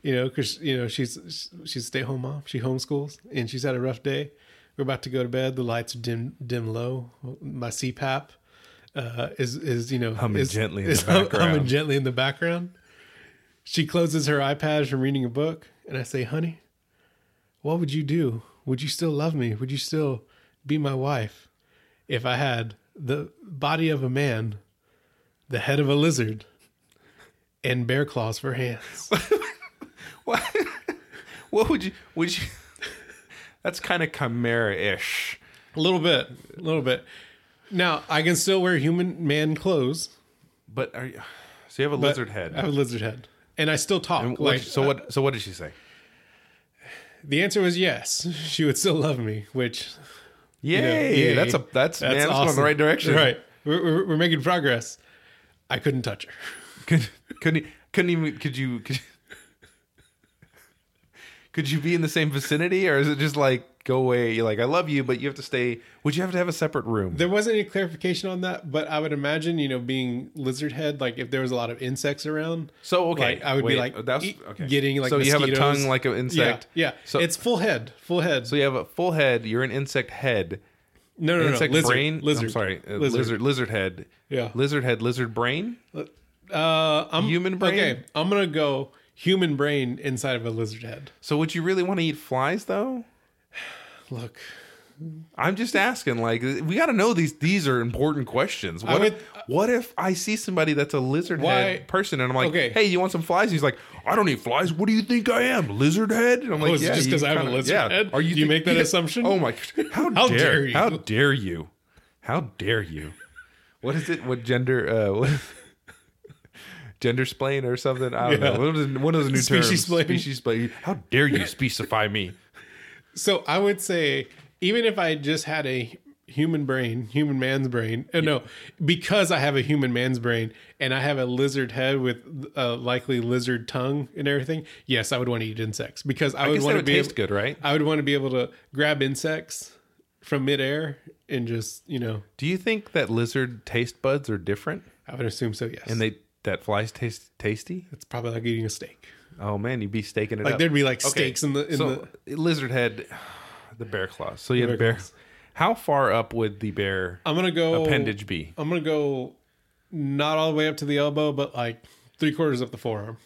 [SPEAKER 1] you know, because you know she's she's a stay home mom. She homeschools and she's had a rough day. We're about to go to bed. The lights are dim dim low. My CPAP uh, is is you know
[SPEAKER 2] Humming
[SPEAKER 1] is-
[SPEAKER 2] gently in the
[SPEAKER 1] is hum-
[SPEAKER 2] background.
[SPEAKER 1] Humming gently in the background. She closes her iPad from reading a book, and I say, "Honey, what would you do? Would you still love me? Would you still be my wife if I had the body of a man, the head of a lizard and bear claws for hands.
[SPEAKER 2] What? what would you? Would you? That's kind of chimera-ish.
[SPEAKER 1] a little bit, a little bit. Now I can still wear human man clothes.
[SPEAKER 2] But are you? So you have a
[SPEAKER 1] but
[SPEAKER 2] lizard head.
[SPEAKER 1] I have a lizard head, and I still talk.
[SPEAKER 2] What-
[SPEAKER 1] like uh,
[SPEAKER 2] so what? So what did she say?
[SPEAKER 1] the answer was yes. She would still love me, which
[SPEAKER 2] Yay!
[SPEAKER 1] you know, yay.
[SPEAKER 2] That's a that's, man. That's going
[SPEAKER 1] awesome.
[SPEAKER 2] the right direction.
[SPEAKER 1] Right, we're, we're, we're making progress. I couldn't touch her.
[SPEAKER 2] Could, couldn't e- couldn't even could you could, you- could you be in the same vicinity or is it just like go away? You're like I love you, but you have to stay. Would you have to have a separate room?
[SPEAKER 1] There wasn't any clarification on that, but I would imagine, you know, being lizard head, like if there was a lot of insects around.
[SPEAKER 2] So okay,
[SPEAKER 1] like, I would be
[SPEAKER 2] wait,
[SPEAKER 1] like
[SPEAKER 2] that's
[SPEAKER 1] eat-
[SPEAKER 2] okay.
[SPEAKER 1] getting like
[SPEAKER 2] so you have a
[SPEAKER 1] mosquitoes.
[SPEAKER 2] tongue like an insect.
[SPEAKER 1] Yeah, yeah.
[SPEAKER 2] So
[SPEAKER 1] it's full head, full head.
[SPEAKER 2] so you have a full head. You're an insect head.
[SPEAKER 1] no, no, no,
[SPEAKER 2] insect
[SPEAKER 1] lizard,
[SPEAKER 2] brain.
[SPEAKER 1] Lizard.
[SPEAKER 2] I'm sorry, uh, lizard.
[SPEAKER 1] lizard.
[SPEAKER 2] lizard. head.
[SPEAKER 1] Yeah.
[SPEAKER 2] Lizard head. Lizard brain.
[SPEAKER 1] Uh, I'm
[SPEAKER 2] Human brain?
[SPEAKER 1] Okay, I'm gonna go human brain inside of a lizard head.
[SPEAKER 2] So would you really want to eat flies though?
[SPEAKER 1] Look,
[SPEAKER 2] I'm just asking. Like, we got to know these. These are important questions. What,
[SPEAKER 1] would-
[SPEAKER 2] if, what if I see somebody that's a lizard
[SPEAKER 1] Why-
[SPEAKER 2] head person, and I'm like,
[SPEAKER 1] Okay.
[SPEAKER 2] "Hey, you want some flies?" he's like, "I don't eat flies. What do you think I am, lizard head?" And I'm like,
[SPEAKER 1] Oh, is it
[SPEAKER 2] "Yeah,
[SPEAKER 1] just
[SPEAKER 2] you
[SPEAKER 1] 'cause I have a
[SPEAKER 2] kinda-
[SPEAKER 1] lizard head?
[SPEAKER 2] Are you?
[SPEAKER 1] Do you
[SPEAKER 2] thi-
[SPEAKER 1] make that assumption?
[SPEAKER 2] Oh my! How,
[SPEAKER 1] How
[SPEAKER 2] dare,
[SPEAKER 1] dare you.
[SPEAKER 2] you? How dare you? How dare you? What is it? What gender? Uh, what, gender splain or something? I don't
[SPEAKER 1] Yeah.
[SPEAKER 2] know. What is one of the new terms?
[SPEAKER 1] Speciesplain.
[SPEAKER 2] Species splain. How dare you specify me?
[SPEAKER 1] so I would say even if I just had a human brain, human man's brain, uh, no, because I have a human man's brain and I have a lizard head with a likely lizard tongue and everything, yes, I would want to eat insects because I, would
[SPEAKER 2] guess that
[SPEAKER 1] want to
[SPEAKER 2] would
[SPEAKER 1] be
[SPEAKER 2] taste
[SPEAKER 1] able-
[SPEAKER 2] good, right?
[SPEAKER 1] I would want to be able to grab insects from midair and just you know
[SPEAKER 2] Do you think that lizard taste buds are different?
[SPEAKER 1] I would assume so. Yes,
[SPEAKER 2] And they that flies taste tasty.
[SPEAKER 1] it's probably like eating a steak.
[SPEAKER 2] Oh man, you'd be staking it
[SPEAKER 1] Like
[SPEAKER 2] up.
[SPEAKER 1] there'd be like
[SPEAKER 2] Okay,
[SPEAKER 1] steaks in the in
[SPEAKER 2] so lizard head, the bear claws. So you had
[SPEAKER 1] bear
[SPEAKER 2] bear.
[SPEAKER 1] claws. Oh.
[SPEAKER 2] How far up would the bear
[SPEAKER 1] I'm gonna go
[SPEAKER 2] appendage be?
[SPEAKER 1] I'm gonna go not all the way up to the elbow, but like three quarters up the forearm.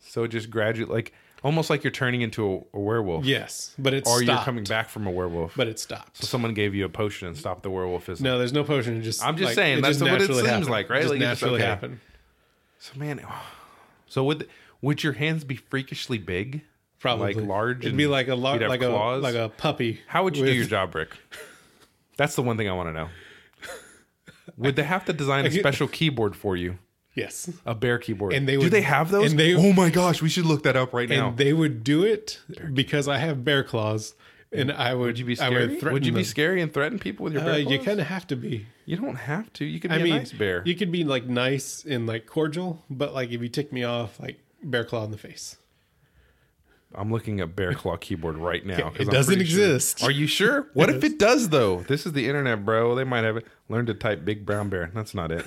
[SPEAKER 2] So just graduate, like almost like you're turning into a, a werewolf,
[SPEAKER 1] Yes, but it's stopped.
[SPEAKER 2] or you're coming back from a werewolf.
[SPEAKER 1] but it stopped.
[SPEAKER 2] Someone gave you a potion and stopped the werewolfism.
[SPEAKER 1] No, there's no potion. It just
[SPEAKER 2] I'm just
[SPEAKER 1] like,
[SPEAKER 2] saying, that's what it
[SPEAKER 1] naturally
[SPEAKER 2] seems
[SPEAKER 1] happened.
[SPEAKER 2] like, right?
[SPEAKER 1] Just
[SPEAKER 2] Like, it just-
[SPEAKER 1] naturally
[SPEAKER 2] okay.
[SPEAKER 1] happened.
[SPEAKER 2] So man, so would would your hands be freakishly big?
[SPEAKER 1] Probably
[SPEAKER 2] like large.
[SPEAKER 1] It'd
[SPEAKER 2] and
[SPEAKER 1] be like a
[SPEAKER 2] you'd
[SPEAKER 1] large,
[SPEAKER 2] have
[SPEAKER 1] like
[SPEAKER 2] claws?
[SPEAKER 1] a like a puppy.
[SPEAKER 2] How would you
[SPEAKER 1] with-
[SPEAKER 2] do your job, Rick? That's the one thing I want to know. Would they have to design a special keyboard for you?
[SPEAKER 1] Yes,
[SPEAKER 2] A bear keyboard.
[SPEAKER 1] And they
[SPEAKER 2] do
[SPEAKER 1] would-
[SPEAKER 2] they have those?
[SPEAKER 1] and they-
[SPEAKER 2] oh my gosh, we should look that up right now.
[SPEAKER 1] and they would do it because I have bear claws, and I would.
[SPEAKER 2] would you be
[SPEAKER 1] I
[SPEAKER 2] scary? Would,
[SPEAKER 1] threaten
[SPEAKER 2] you be
[SPEAKER 1] them.
[SPEAKER 2] scary and threaten people with your bear
[SPEAKER 1] Uh,
[SPEAKER 2] claws?
[SPEAKER 1] you kind of have to be.
[SPEAKER 2] You don't have to. You could be
[SPEAKER 1] I
[SPEAKER 2] a
[SPEAKER 1] mean,
[SPEAKER 2] nice bear.
[SPEAKER 1] you could be like nice and like cordial, but like if you tick me off, like bear claw in the face.
[SPEAKER 2] I'm looking at bear claw keyboard right now. 'cause
[SPEAKER 1] It
[SPEAKER 2] I'm
[SPEAKER 1] doesn't
[SPEAKER 2] pretty sure-
[SPEAKER 1] exist.
[SPEAKER 2] Are you sure? What if it does though? This is the internet, bro. They might have it. Learn to type big brown bear. That's not it.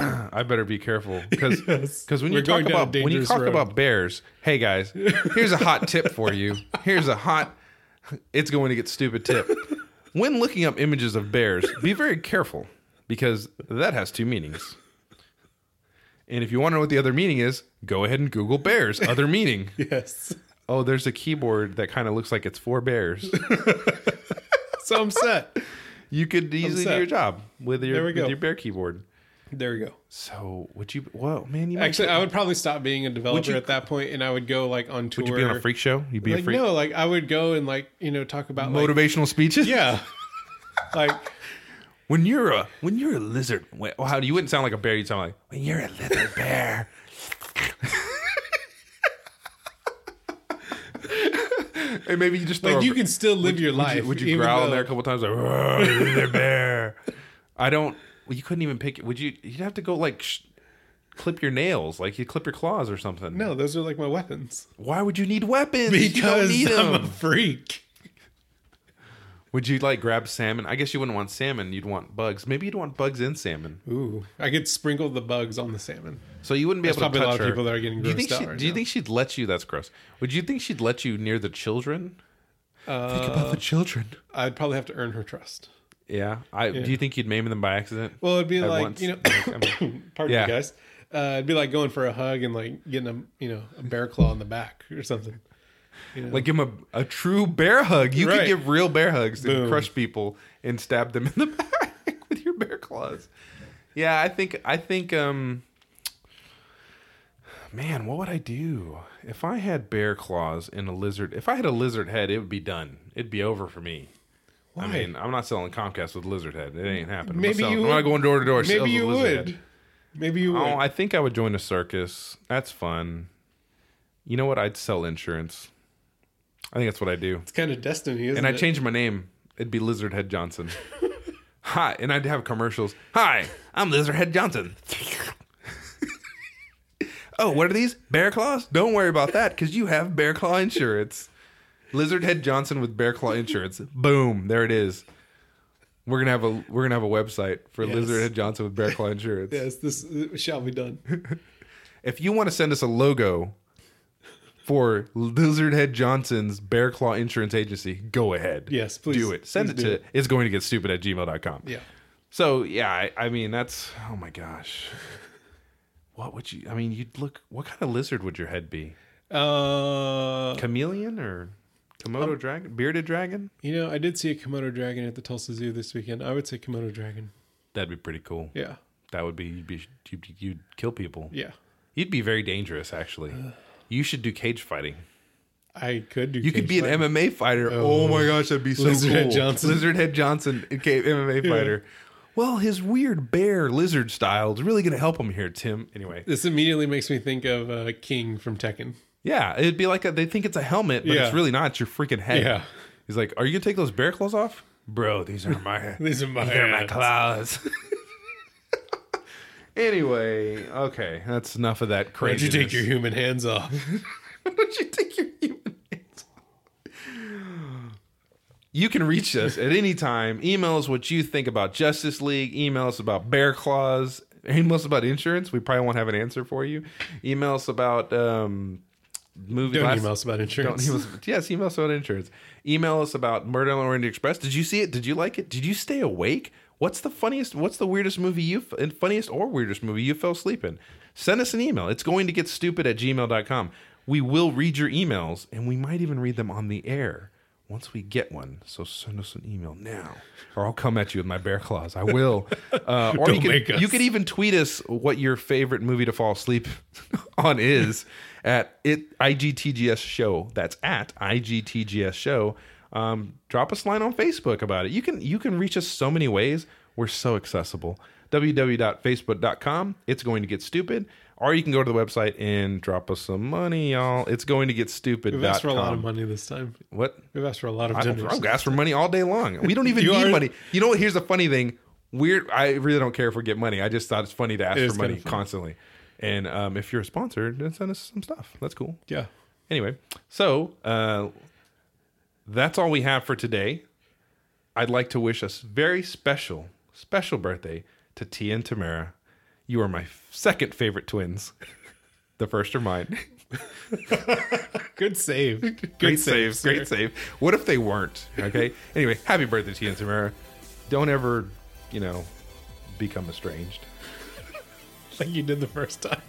[SPEAKER 2] I better be careful because
[SPEAKER 1] Yes.
[SPEAKER 2] when
[SPEAKER 1] We're
[SPEAKER 2] you talk
[SPEAKER 1] going down a
[SPEAKER 2] about when you
[SPEAKER 1] dangerous
[SPEAKER 2] talk
[SPEAKER 1] road.
[SPEAKER 2] about bears, hey guys, here's a hot tip for you. Here's a hot. It's going to get stupid tip. When looking up images of bears, be very careful because that has two meanings. And if you want to know what the other meaning is, go ahead and Google bears other meaning.
[SPEAKER 1] Yes.
[SPEAKER 2] Oh, there's a keyboard that kind of looks like it's four bears.
[SPEAKER 1] So I'm set.
[SPEAKER 2] You could easily do
[SPEAKER 1] set.
[SPEAKER 2] your job with your
[SPEAKER 1] There we
[SPEAKER 2] with
[SPEAKER 1] go.
[SPEAKER 2] your bear keyboard.
[SPEAKER 1] There we go.
[SPEAKER 2] So would you? Whoa, man! You might-
[SPEAKER 1] Actually, I would probably stop being a developer
[SPEAKER 2] you-
[SPEAKER 1] at that point, and I would go like on tour.
[SPEAKER 2] would you be on a freak show? You'd be
[SPEAKER 1] Like
[SPEAKER 2] a freak.
[SPEAKER 1] no, like I would go and like you know talk about like
[SPEAKER 2] Motivational speeches.
[SPEAKER 1] yeah, like
[SPEAKER 2] When you're a when you're a lizard. Wait, well, how do you wouldn't sound like a bear? You would sound like when you're a lizard bear. and maybe you just throw
[SPEAKER 1] like
[SPEAKER 2] a-
[SPEAKER 1] you can still live your
[SPEAKER 2] would
[SPEAKER 1] life.
[SPEAKER 2] you, would you
[SPEAKER 1] even
[SPEAKER 2] growl in
[SPEAKER 1] though-
[SPEAKER 2] there a couple times like "Roar, lizard bear? I don't. Well, you couldn't even pick it. Would you? You'd have to go like. Sh- clip your nails like you clip your claws or something
[SPEAKER 1] No, those are like my weapons
[SPEAKER 2] Why would you need weapons? you don't
[SPEAKER 1] because
[SPEAKER 2] need
[SPEAKER 1] I'm
[SPEAKER 2] them.
[SPEAKER 1] a freak.
[SPEAKER 2] Would you like grab salmon? I guess you wouldn't want salmon. You'd want bugs. Maybe you'd want bugs in salmon.
[SPEAKER 1] Ooh, I could sprinkle the bugs on the salmon.
[SPEAKER 2] So you wouldn't be able
[SPEAKER 1] probably
[SPEAKER 2] to
[SPEAKER 1] a
[SPEAKER 2] touch
[SPEAKER 1] lot of
[SPEAKER 2] her.
[SPEAKER 1] people that are getting
[SPEAKER 2] do you think
[SPEAKER 1] grossed out
[SPEAKER 2] she,
[SPEAKER 1] right
[SPEAKER 2] Do you
[SPEAKER 1] now.
[SPEAKER 2] think she'd let you? That's gross. Would you think she'd let you near the children?
[SPEAKER 1] Uh,
[SPEAKER 2] think about the children.
[SPEAKER 1] I'd probably have to earn her trust.
[SPEAKER 2] Yeah. I do you think you'd maim them by accident?
[SPEAKER 1] Well, it'd be
[SPEAKER 2] At
[SPEAKER 1] like
[SPEAKER 2] once?
[SPEAKER 1] you know,
[SPEAKER 2] Like, I mean,
[SPEAKER 1] pardon
[SPEAKER 2] Yeah.
[SPEAKER 1] me, guys. Uh, it'd be like going for a hug and like getting a you know a bear claw on the back or something.
[SPEAKER 2] like give him a, a true bear hug. You could
[SPEAKER 1] Right.
[SPEAKER 2] give real bear hugs and
[SPEAKER 1] Boom.
[SPEAKER 2] crush people and stab them in the back with your bear claws. Yeah, I think I think um man, what would I do? If I had bear claws and a lizard, if I had a lizard head, it would be done. It'd be over for me. I mean, I'm not selling Comcast with lizard head. It ain't happening.
[SPEAKER 1] Maybe
[SPEAKER 2] I'm, not selling-
[SPEAKER 1] you
[SPEAKER 2] I'm not
[SPEAKER 1] would.
[SPEAKER 2] going door to door.
[SPEAKER 1] Maybe
[SPEAKER 2] sales with
[SPEAKER 1] you
[SPEAKER 2] lizard
[SPEAKER 1] would.
[SPEAKER 2] head.
[SPEAKER 1] Maybe you would.
[SPEAKER 2] Oh, I think I would join a circus. That's fun. You know what? I'd sell insurance. I think that's what I do.
[SPEAKER 1] it's kind of destiny, isn't
[SPEAKER 2] And
[SPEAKER 1] it?
[SPEAKER 2] I'd change my name. It'd be Lizard Head Johnson. Hi, and I'd have commercials. Hi, I'm Lizard Head Johnson. oh, what are these? Bear claws? Don't worry about that because you have bear claw insurance. Lizard Head Johnson with bear claw insurance. Boom, there it is. We're gonna have a we're gonna have a website for
[SPEAKER 1] Yes.
[SPEAKER 2] Lizard Head Johnson with bear claw insurance.
[SPEAKER 1] Yes, this it shall be done.
[SPEAKER 2] If you want to send us a logo for Lizard Head Johnson's Bear Claw Insurance Agency, go ahead.
[SPEAKER 1] Yes, please.
[SPEAKER 2] Do it. Send
[SPEAKER 1] Please
[SPEAKER 2] it
[SPEAKER 1] do
[SPEAKER 2] to it's going to get stupid at gmail.com.
[SPEAKER 1] Yeah.
[SPEAKER 2] So, yeah, I, I mean, that's, oh my gosh. What would you, I mean, you'd look, what kind of lizard would your head be?
[SPEAKER 1] Uh,
[SPEAKER 2] Chameleon or
[SPEAKER 1] Um,
[SPEAKER 2] Komodo dragon? Bearded dragon?
[SPEAKER 1] you know, I did see a Komodo dragon at the Tulsa Zoo this weekend. I would say Komodo dragon.
[SPEAKER 2] That'd be pretty cool.
[SPEAKER 1] Yeah.
[SPEAKER 2] That would be, you'd, be, you'd, you'd kill people.
[SPEAKER 1] Yeah.
[SPEAKER 2] You'd be very dangerous, actually. You should do cage fighting.
[SPEAKER 1] I could do
[SPEAKER 2] You could
[SPEAKER 1] cage
[SPEAKER 2] be an
[SPEAKER 1] fighting.
[SPEAKER 2] MMA fighter. Oh, my gosh, that'd be so
[SPEAKER 1] Lizard
[SPEAKER 2] cool.
[SPEAKER 1] Head Johnson.
[SPEAKER 2] Lizard Head Johnson became MMA fighter. Well, his weird bear lizard style is really going to help him here, Tim. Anyway,
[SPEAKER 1] This immediately makes me think of uh, King from Tekken.
[SPEAKER 2] yeah, it'd be like a, they think it's a helmet, but
[SPEAKER 1] Yeah.
[SPEAKER 2] it's really not. It's your freaking head.
[SPEAKER 1] Yeah.
[SPEAKER 2] He's like, "Are you gonna take those bear claws off, bro? These are my
[SPEAKER 1] These are my,
[SPEAKER 2] they're my
[SPEAKER 1] hands.
[SPEAKER 2] claws." anyway, okay, that's enough of that
[SPEAKER 1] Why'd
[SPEAKER 2] crazy.
[SPEAKER 1] you take your human hands off?
[SPEAKER 2] Don't you take your human hands You can reach us at any time. Email us what you think about Justice League. Email us about bear claws. Email us about insurance. We probably won't have an answer for you. Email us about um, movie.
[SPEAKER 1] Don't
[SPEAKER 2] last-
[SPEAKER 1] email us about
[SPEAKER 2] Don't
[SPEAKER 1] insurance.
[SPEAKER 2] email us. Yes, email us about insurance. Email us about Murder on the Orient Express. Did you see it? Did you like it? Did you stay awake? What's the funniest? What's the weirdest movie you and funniest or weirdest movie you fell asleep in? Send us an email. It's going to get stupid at gmail.com. We will read your emails and we might even read them on the air once we get one. So send us an email now, or I'll come at you with my bear claws. I will. Uh, or
[SPEAKER 1] Don't
[SPEAKER 2] you can,
[SPEAKER 1] make us.
[SPEAKER 2] you can even tweet us what your favorite movie to fall asleep on is at it IGTGS show. That's at IGTGS show. Um, drop us a line on Facebook about it. You can you can reach us so many ways. We're so accessible. www.facebook.com. It's going to get stupid. Or you can go to the website and drop us some money, y'all. It's going to get stupid.
[SPEAKER 1] We've asked for a lot of money this time.
[SPEAKER 2] What?
[SPEAKER 1] We've asked for a lot of
[SPEAKER 2] I-
[SPEAKER 1] dinners.
[SPEAKER 2] I'll ask for money all day long. We don't even
[SPEAKER 1] You
[SPEAKER 2] need
[SPEAKER 1] are-
[SPEAKER 2] money. You know what? Here's the funny thing. We're I really don't care if we get money. I just thought it's funny to ask
[SPEAKER 1] is
[SPEAKER 2] for money
[SPEAKER 1] kinda funny.
[SPEAKER 2] constantly. And um, if you're a sponsor, then send us some stuff. That's cool.
[SPEAKER 1] Yeah.
[SPEAKER 2] Anyway, so uh, that's all we have for today. I'd like to wish a s- very special, special birthday to Tia and Tamara. You are my f- second favorite twins. The first are mine.
[SPEAKER 1] Good save. Good
[SPEAKER 2] great
[SPEAKER 1] save,
[SPEAKER 2] save,
[SPEAKER 1] sir.
[SPEAKER 2] great save. What if they weren't? Okay. anyway, happy birthday to you, and Samara. Don't ever, you know, become estranged.
[SPEAKER 1] Like you did the first time.